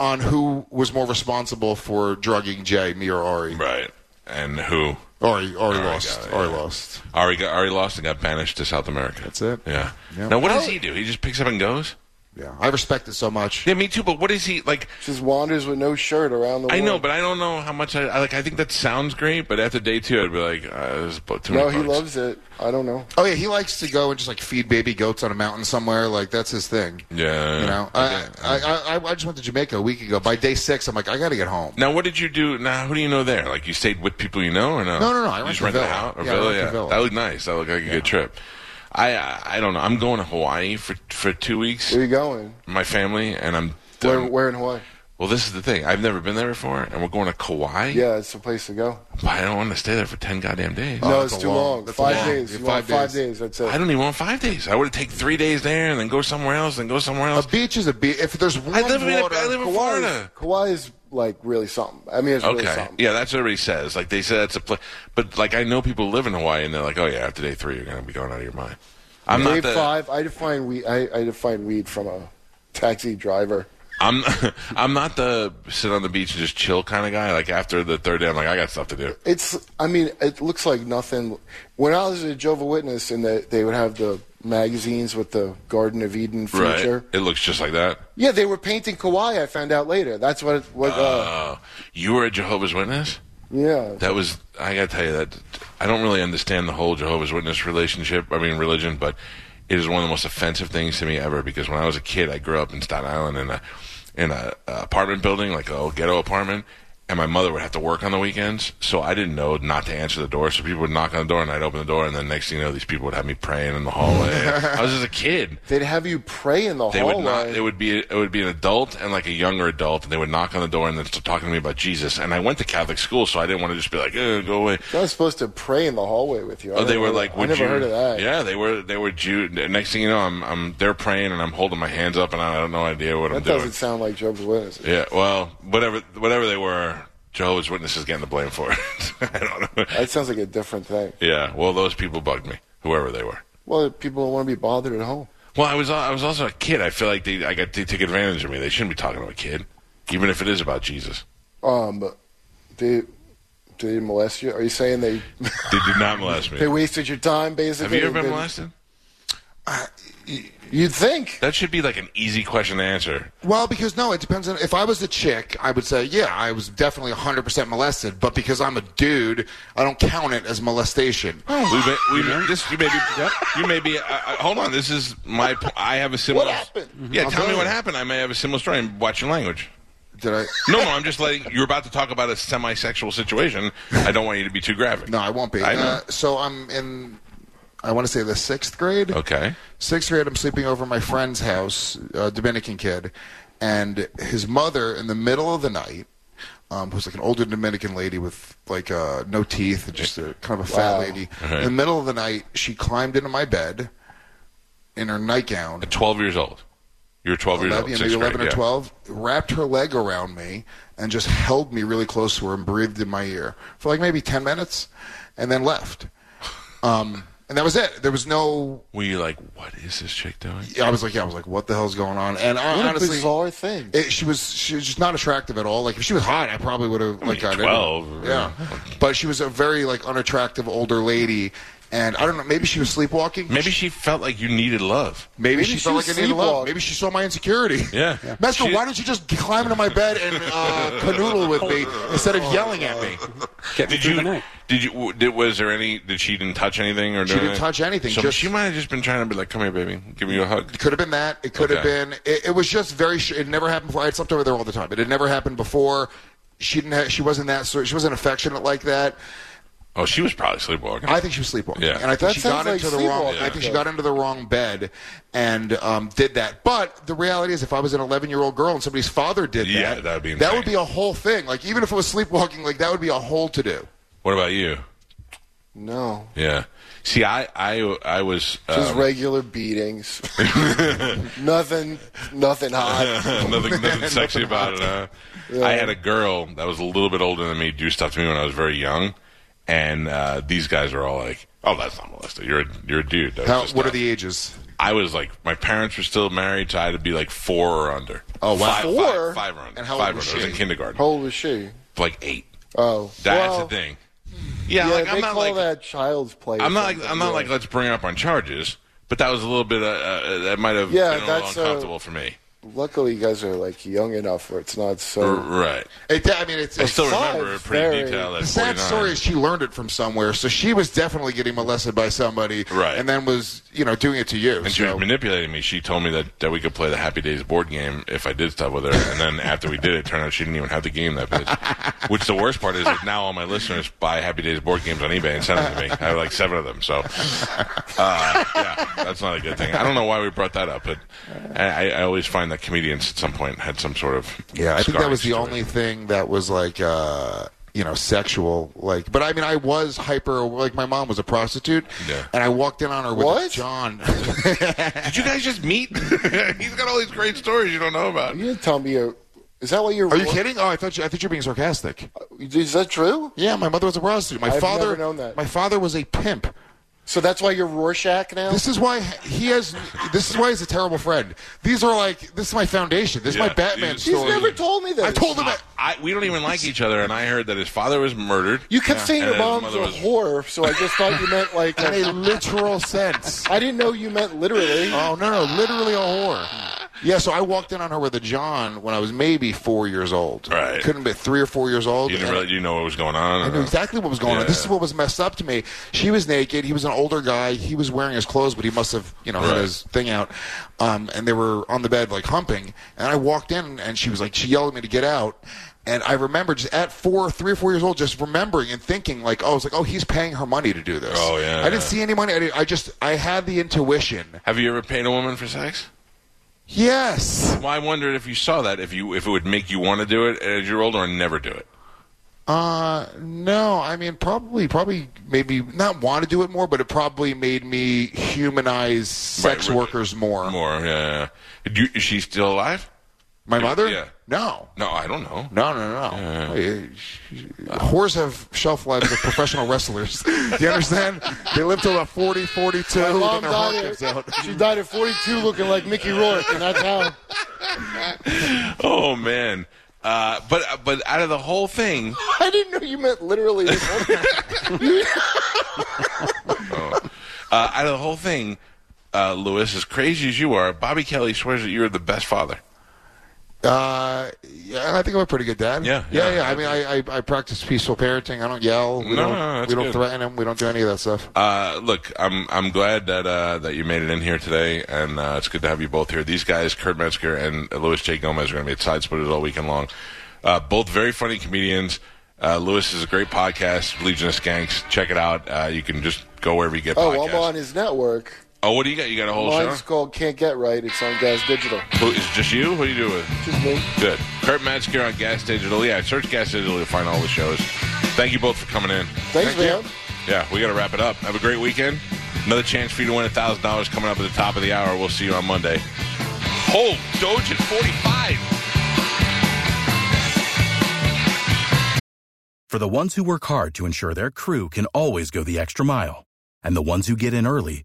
Speaker 4: on who was more responsible for drugging Jay, me or Ari.
Speaker 2: Right. And who?
Speaker 4: Ari, Ari, lost.
Speaker 2: got it,
Speaker 4: Ari
Speaker 2: yeah.
Speaker 4: lost.
Speaker 2: Ari got Ari lost and got banished to South America. That's
Speaker 4: it.
Speaker 2: Yeah.
Speaker 4: Yeah.
Speaker 2: Now what does he do? He just picks up and goes.
Speaker 4: Yeah, I respect it so much.
Speaker 2: Yeah, me too. But what is he like?
Speaker 3: just wanders with no shirt around the world.
Speaker 2: I know, but I don't know how much I, I like. I think that sounds great, but after day two, I'd be like, uh, this is bu- too
Speaker 3: No,
Speaker 2: many
Speaker 3: he
Speaker 2: bucks.
Speaker 3: loves it. I don't know.
Speaker 4: Oh yeah, he likes to go and just like feed baby goats on a mountain somewhere. Like that's his thing.
Speaker 2: Yeah.
Speaker 4: You know, I, I, I, I- I just went to Jamaica a week ago. By day six, I'm like, I got to get home.
Speaker 2: Now, what did you do? Now, who do you know there? Like, you stayed with people you know, or no?
Speaker 4: No, no, no, I
Speaker 2: You
Speaker 4: went
Speaker 2: just
Speaker 4: to
Speaker 2: rented
Speaker 4: Villa.
Speaker 2: out or
Speaker 4: Yeah, I
Speaker 2: Villa.
Speaker 4: went to
Speaker 2: Yeah,
Speaker 4: Villa.
Speaker 2: that looked nice. That looked like a good trip. I, I I don't know. I'm going to Hawaii for for two weeks.
Speaker 3: Where you going?
Speaker 2: My family and I'm.
Speaker 3: Where, where in Hawaii?
Speaker 2: Well, this is the thing. I've never been there before, and we're going to Kauai.
Speaker 3: Yeah, it's the place to go.
Speaker 2: But I don't want to stay there for ten goddamn days.
Speaker 3: no,
Speaker 4: that's
Speaker 3: it's
Speaker 4: a
Speaker 3: too
Speaker 4: long-
Speaker 3: long.
Speaker 4: that's a
Speaker 3: Five
Speaker 4: long-
Speaker 3: days.
Speaker 4: yeah,
Speaker 3: You want
Speaker 4: five
Speaker 3: five
Speaker 4: days.
Speaker 3: days. That's
Speaker 2: I
Speaker 3: it.
Speaker 2: don't even want five days. I would take three days there and then go somewhere else and go somewhere
Speaker 4: A
Speaker 2: else.
Speaker 4: beach is a beach. If there's one
Speaker 2: I live in
Speaker 4: water,
Speaker 2: I live in
Speaker 3: Kauai,
Speaker 2: Florida.
Speaker 3: Kauai is like really something. I mean, it's really
Speaker 2: Okay.
Speaker 3: something.
Speaker 2: Yeah, that's what everybody says. Like they say that's a place, but like I know people live in Hawaii and they're like, oh yeah, after day three you're gonna be going out of your mind. I'm
Speaker 3: Day
Speaker 2: not the,
Speaker 3: five, I define weed. I, I define weed from a taxi driver.
Speaker 2: I'm I'm not the sit on the beach and just chill kind of guy. Like after the third day, I'm like I got stuff to do.
Speaker 3: It's. I mean, it looks like nothing. When I was at Jehovah Witness, and the, they would have the magazines with the Garden of Eden feature.
Speaker 2: Right? It looks just like that.
Speaker 3: Yeah, they were painting Kauai. I found out later. That's what. What? Uh,
Speaker 2: Oh, you were a Jehovah's Witness.
Speaker 3: yeah.
Speaker 2: That was I gotta tell you that I don't really understand the whole Jehovah's Witness relationship. I mean religion, but it is one of the most offensive things to me ever because when I was a kid, I grew up in Staten Island in a in a, uh apartment building, like a old ghetto apartment, and my mother would have to work on the weekends, so I didn't know not to answer the door. So people would knock on the door, and I'd open the door, and then next thing you know, these people would have me praying in the hallway. I was just a kid.
Speaker 3: They'd have you pray in the
Speaker 2: They
Speaker 3: hallway.
Speaker 2: would not. It would be. It would be an adult and like a younger adult, and they would knock on the door and then start talking to me about Jesus. And I went to Catholic school, so I didn't want to just be like, eh, "Go away."
Speaker 3: I was supposed to pray in the hallway with you.
Speaker 2: Oh,
Speaker 3: I
Speaker 2: they
Speaker 3: never
Speaker 2: were
Speaker 3: heard-
Speaker 2: like,
Speaker 3: I
Speaker 2: would
Speaker 3: never
Speaker 2: you?
Speaker 3: heard of that.
Speaker 2: Yeah, they were. They were Jew. Next thing you know, I'm. I'm. They're praying, and I'm holding my hands up, and I have no idea what I'm
Speaker 3: that
Speaker 2: doing.
Speaker 3: doesn't sound like Jehovah's Witnesses.
Speaker 2: Yeah. Well, whatever. Whatever they were, Jehovah's Witnesses getting the blame for it. I don't know.
Speaker 3: That sounds like a different thing.
Speaker 2: Yeah. Well, those people bugged me. Whoever they were.
Speaker 3: Well, people don't want to be bothered at home.
Speaker 2: Well, I was. I was also a kid. I feel like they. I got. They took advantage of me. They shouldn't be talking to a kid, even if it is about Jesus.
Speaker 3: Um, they did they molest you? Are you saying they
Speaker 2: They did not molest me.
Speaker 3: they wasted your time?
Speaker 2: Have
Speaker 3: Basically,
Speaker 2: you ever
Speaker 3: They-
Speaker 2: been
Speaker 3: they-
Speaker 2: molested?
Speaker 3: You'd think.
Speaker 2: That should be like an easy question to answer.
Speaker 4: Well, because no, it depends on. If I was a chick, I would say, yeah, I was definitely 100% molested. But because I'm a dude, I don't count it as molestation.
Speaker 2: We may, we may, this, you may be. You may be. Uh, uh, hold on. This is my. p- I have a similar.
Speaker 3: What happened?
Speaker 2: Yeah,
Speaker 4: Mm-hmm. I'll
Speaker 2: tell me
Speaker 4: tell
Speaker 2: what
Speaker 4: you.
Speaker 2: happened. I may have a similar story. I'm watching language.
Speaker 4: Did I?
Speaker 2: No, no. I'm just letting. You're about to talk about a semi-sexual situation. I don't want you to be too graphic.
Speaker 4: No, I won't be.
Speaker 2: I know.
Speaker 4: Uh, so I'm in. I want to say the sixth grade.
Speaker 2: Okay.
Speaker 4: Sixth grade, I'm sleeping over at my friend's house, a Dominican kid, and his mother in the middle of the night, um, who's like an older Dominican lady with like uh, no teeth, and just a, kind of a fat
Speaker 3: Wow.
Speaker 4: lady.
Speaker 2: Okay.
Speaker 4: In the middle of the night, she climbed into my bed in her nightgown,
Speaker 2: At 12 years old. You were 12
Speaker 4: 11,
Speaker 2: years old.
Speaker 4: maybe
Speaker 2: sixth
Speaker 4: 11
Speaker 2: grade,
Speaker 4: or 12, wrapped her leg around me and just held me really close to her and breathed in my ear for like maybe 10 minutes and then left. Um, and that was it. There was no.
Speaker 2: Yeah. Were you like, what is this chick doing?
Speaker 4: I was like, yeah, I was like, what the hell's going on? And I,
Speaker 3: What a
Speaker 4: honestly,
Speaker 3: bizarre thing.
Speaker 4: it, she was she was just not attractive at all. Like if she was hot, I probably would have like got
Speaker 2: 12.
Speaker 4: It. Yeah, but she was a very like unattractive older lady, and I don't know. Maybe she was sleepwalking.
Speaker 2: Maybe she felt like you needed love.
Speaker 4: Maybe,
Speaker 3: Maybe
Speaker 4: she,
Speaker 3: she
Speaker 4: felt
Speaker 3: was
Speaker 4: like I needed love.
Speaker 3: sleepwalking.
Speaker 4: Maybe she saw my insecurity.
Speaker 2: Yeah. Yeah.
Speaker 4: Master,
Speaker 2: She-
Speaker 4: why don't you just climb into my bed and uh, canoodle with me instead of yelling at me?
Speaker 5: Get me
Speaker 2: Did
Speaker 5: through
Speaker 2: you?
Speaker 5: the night.
Speaker 2: Did you? w- Did, was there any? Did she didn't touch anything or? do
Speaker 4: didn't
Speaker 2: anything?
Speaker 4: touch anything,
Speaker 2: So
Speaker 4: just-
Speaker 2: she might have just been trying to be like, "Come here, baby, give me a hug."
Speaker 4: It could have been that. It could have
Speaker 2: Okay.
Speaker 4: been. It, it was just very. Sh- it never happened before. I had slept over there all the time. It had never happened before. she didn't have, she wasn't that sort she wasn't affectionate like that.
Speaker 2: Oh, she was probably sleepwalking.
Speaker 4: I think she was sleepwalking.
Speaker 2: Yeah.
Speaker 4: And I think
Speaker 3: That
Speaker 4: she got
Speaker 3: sounds
Speaker 4: into
Speaker 3: like
Speaker 4: the wrong
Speaker 3: sleepwalking.
Speaker 4: I think she got into the wrong bed and um, did that. But the reality is if I was an 11-year-old girl and somebody's father did
Speaker 2: Yeah,
Speaker 4: that,
Speaker 2: that'd be
Speaker 4: that
Speaker 2: insane.
Speaker 4: would be a whole thing. Like even if it was sleepwalking, like that would be a whole to do.
Speaker 2: what about you?
Speaker 3: No,
Speaker 2: Yeah. See, I I I was
Speaker 3: just
Speaker 2: um,
Speaker 3: regular beatings. nothing, nothing hot.
Speaker 2: nothing, nothing sexy about it. Huh? I had a girl that was a little bit older than me do stuff to me when I was very young, and uh, these guys are all like, "Oh, that's not molested. You're a, you're a dude." That was
Speaker 4: How,
Speaker 2: just
Speaker 4: what
Speaker 2: not-
Speaker 4: are the ages?
Speaker 2: I was like, my parents were still married, so I had to be like four or under.
Speaker 4: Oh, wow.
Speaker 2: Five- five-
Speaker 3: Four?
Speaker 2: five or under.
Speaker 4: And how old
Speaker 2: five
Speaker 4: was
Speaker 2: or under. I was in
Speaker 4: she?
Speaker 2: kindergarten,
Speaker 3: How old was she?
Speaker 2: like eight.
Speaker 3: Oh,
Speaker 2: That's
Speaker 3: well,
Speaker 2: the thing. Yeah,
Speaker 3: Yeah,
Speaker 2: like
Speaker 3: they
Speaker 2: I'm not
Speaker 3: call
Speaker 2: like
Speaker 3: that child's play. or
Speaker 2: I'm not like
Speaker 3: something,
Speaker 2: I'm not
Speaker 3: yeah.
Speaker 2: like let's bring her up on charges, but that was a little bit uh, uh, that might have
Speaker 3: Yeah,
Speaker 2: been a little
Speaker 3: that's, uh,
Speaker 2: uncomfortable for me.
Speaker 3: Luckily, you guys are like young enough where it's not
Speaker 2: R-
Speaker 3: so.
Speaker 2: right.
Speaker 4: It, I mean, it's,
Speaker 2: I
Speaker 4: it's
Speaker 2: still
Speaker 4: fun.
Speaker 2: remember it pretty
Speaker 3: very-
Speaker 2: detailed. At
Speaker 4: The sad
Speaker 2: 49.
Speaker 4: story is she learned it from somewhere, so she was definitely getting molested by somebody,
Speaker 2: Right.
Speaker 4: And then was you know doing it to you.
Speaker 2: And she
Speaker 4: so.
Speaker 2: was manipulating me. She told me that, that we could play the Happy Days board game if I did stuff with her. And then after we did it, it turned out she didn't even have the game that bitch. Which the worst part is that now all my listeners buy Happy Days board games on eBay and send them to me. I have like seven of them. So, uh, yeah, that's not a good thing. I don't know why we brought that up, but I, I- I always find that comedians at some point had some sort of.
Speaker 4: yeah, I think that
Speaker 2: scarring
Speaker 4: was the
Speaker 2: situation.
Speaker 4: only thing that was like uh, you know sexual, like. But I mean, I was hyper. Like my mom was a prostitute,
Speaker 2: Yeah.
Speaker 4: and I walked in on her with
Speaker 3: What?
Speaker 4: John.
Speaker 2: Did you guys just meet? He's got all these great stories you don't know about.
Speaker 3: You didn't tell me. You're, is that what you're?
Speaker 4: Are you kidding? Oh, I thought you, I thought you were being sarcastic.
Speaker 3: Is that true?
Speaker 4: Yeah, my mother was a prostitute. My
Speaker 3: I've
Speaker 4: father,
Speaker 3: never known that.
Speaker 4: my father was a pimp.
Speaker 3: So that's why you're Rorschach now.
Speaker 4: This is why he has. This is why he's a terrible friend. These are like. This is my foundation. This
Speaker 2: Yeah,
Speaker 4: is my Batman
Speaker 2: he's-
Speaker 3: He's
Speaker 4: story.
Speaker 3: never told me this.
Speaker 4: I told him. I,
Speaker 2: I, we don't even like each other, and I heard that his father was murdered.
Speaker 3: You kept saying
Speaker 2: And
Speaker 3: your
Speaker 2: his
Speaker 3: mom's a
Speaker 2: mother was-
Speaker 3: whore, so I just thought you meant like.
Speaker 4: in a
Speaker 3: I
Speaker 4: literal sense.
Speaker 3: I didn't know you meant literally.
Speaker 4: Oh no, no, literally a whore. Yeah, so I walked in on her with a John when I was maybe four years old.
Speaker 2: Right.
Speaker 4: couldn't be three or four years old.
Speaker 2: You didn't
Speaker 4: and
Speaker 2: really you know what was going on.
Speaker 4: I knew exactly what was going on. This
Speaker 2: Yeah.
Speaker 4: is what was messed up to me. She was naked. He was an older guy. He was wearing his clothes, but he must have, you know,
Speaker 2: Right.
Speaker 4: had his thing out. Um, and they were on the bed like humping. And I walked in, and she was like, she yelled at me to get out. And I remember just at four, three or four years old, just remembering and thinking like, oh, I was like, oh, he's paying her money to do this.
Speaker 2: Oh, yeah.
Speaker 4: I didn't see any money. I, didn't, I just, I had the intuition.
Speaker 2: Have you ever paid a woman for sex?
Speaker 4: Yes.
Speaker 2: Well, I wondered if you saw that, if you if it would make you want to do it as you're older and never do it.
Speaker 4: Uh, no, I mean, probably, probably, maybe not want to do it more, but it probably made me humanize
Speaker 2: Right,
Speaker 4: sex
Speaker 2: right.
Speaker 4: workers more.
Speaker 2: More, yeah. yeah. Do you, is she still alive?
Speaker 4: My mother?
Speaker 2: Yeah.
Speaker 4: No.
Speaker 2: No, I don't know.
Speaker 4: No, no, no. Hey, Whores have shelf lives of professional wrestlers. Do you understand? They live till about 40, 42,
Speaker 3: My mom
Speaker 4: then their heart
Speaker 3: died at-
Speaker 4: gives out.
Speaker 3: She died at 42, looking like Mickey Rourke, and that's how.
Speaker 2: Oh man. Uh, but but out of the whole thing,
Speaker 3: I didn't know you meant literally.
Speaker 2: uh, out of the whole thing, uh, Lewis, as crazy as you are, Bobby Kelly swears that you're the best father.
Speaker 4: Uh, yeah, I think I'm a pretty good dad.
Speaker 2: Yeah,
Speaker 4: yeah.
Speaker 2: yeah.
Speaker 4: yeah. I mean, I, I, I practice peaceful parenting. I don't yell. We
Speaker 2: No,
Speaker 4: don't,
Speaker 2: no, no, that's
Speaker 4: we don't
Speaker 2: good.
Speaker 4: threaten them. We don't do any of that stuff.
Speaker 2: Uh, look, I'm I'm glad that uh, that you made it in here today, and uh, it's good to have you both here. These guys, Kurt Metzger and Louis J. Gomez, are going to be at Side Splitters all weekend long. Uh, both very funny comedians. Uh, Lewis is a great podcast, Legion of Skanks. Check it out. Uh, you can just go wherever you get
Speaker 3: Oh,
Speaker 2: podcasts.
Speaker 3: I'm on his network.
Speaker 2: Oh, what do you got? You got a whole
Speaker 3: Mine's
Speaker 2: show?
Speaker 3: called Can't Get Right. It's on Guys Digital.
Speaker 2: Who, is it just you? Who do you do it with?
Speaker 3: Just me.
Speaker 2: Good. Kurt Metzger on Gas Digital. Yeah, search Gas Digital. You'll find all the shows. Thank you both for coming in.
Speaker 3: Thanks,
Speaker 4: Thank
Speaker 3: man.
Speaker 4: you.
Speaker 2: Yeah, we got to wrap it up. Have a great weekend. Another chance for you to win $1,000 coming up at the top of the hour. We'll see you on Monday. Hold Doge at 45.
Speaker 5: For the ones who work hard to ensure their crew can always go the extra mile, and the ones who get in early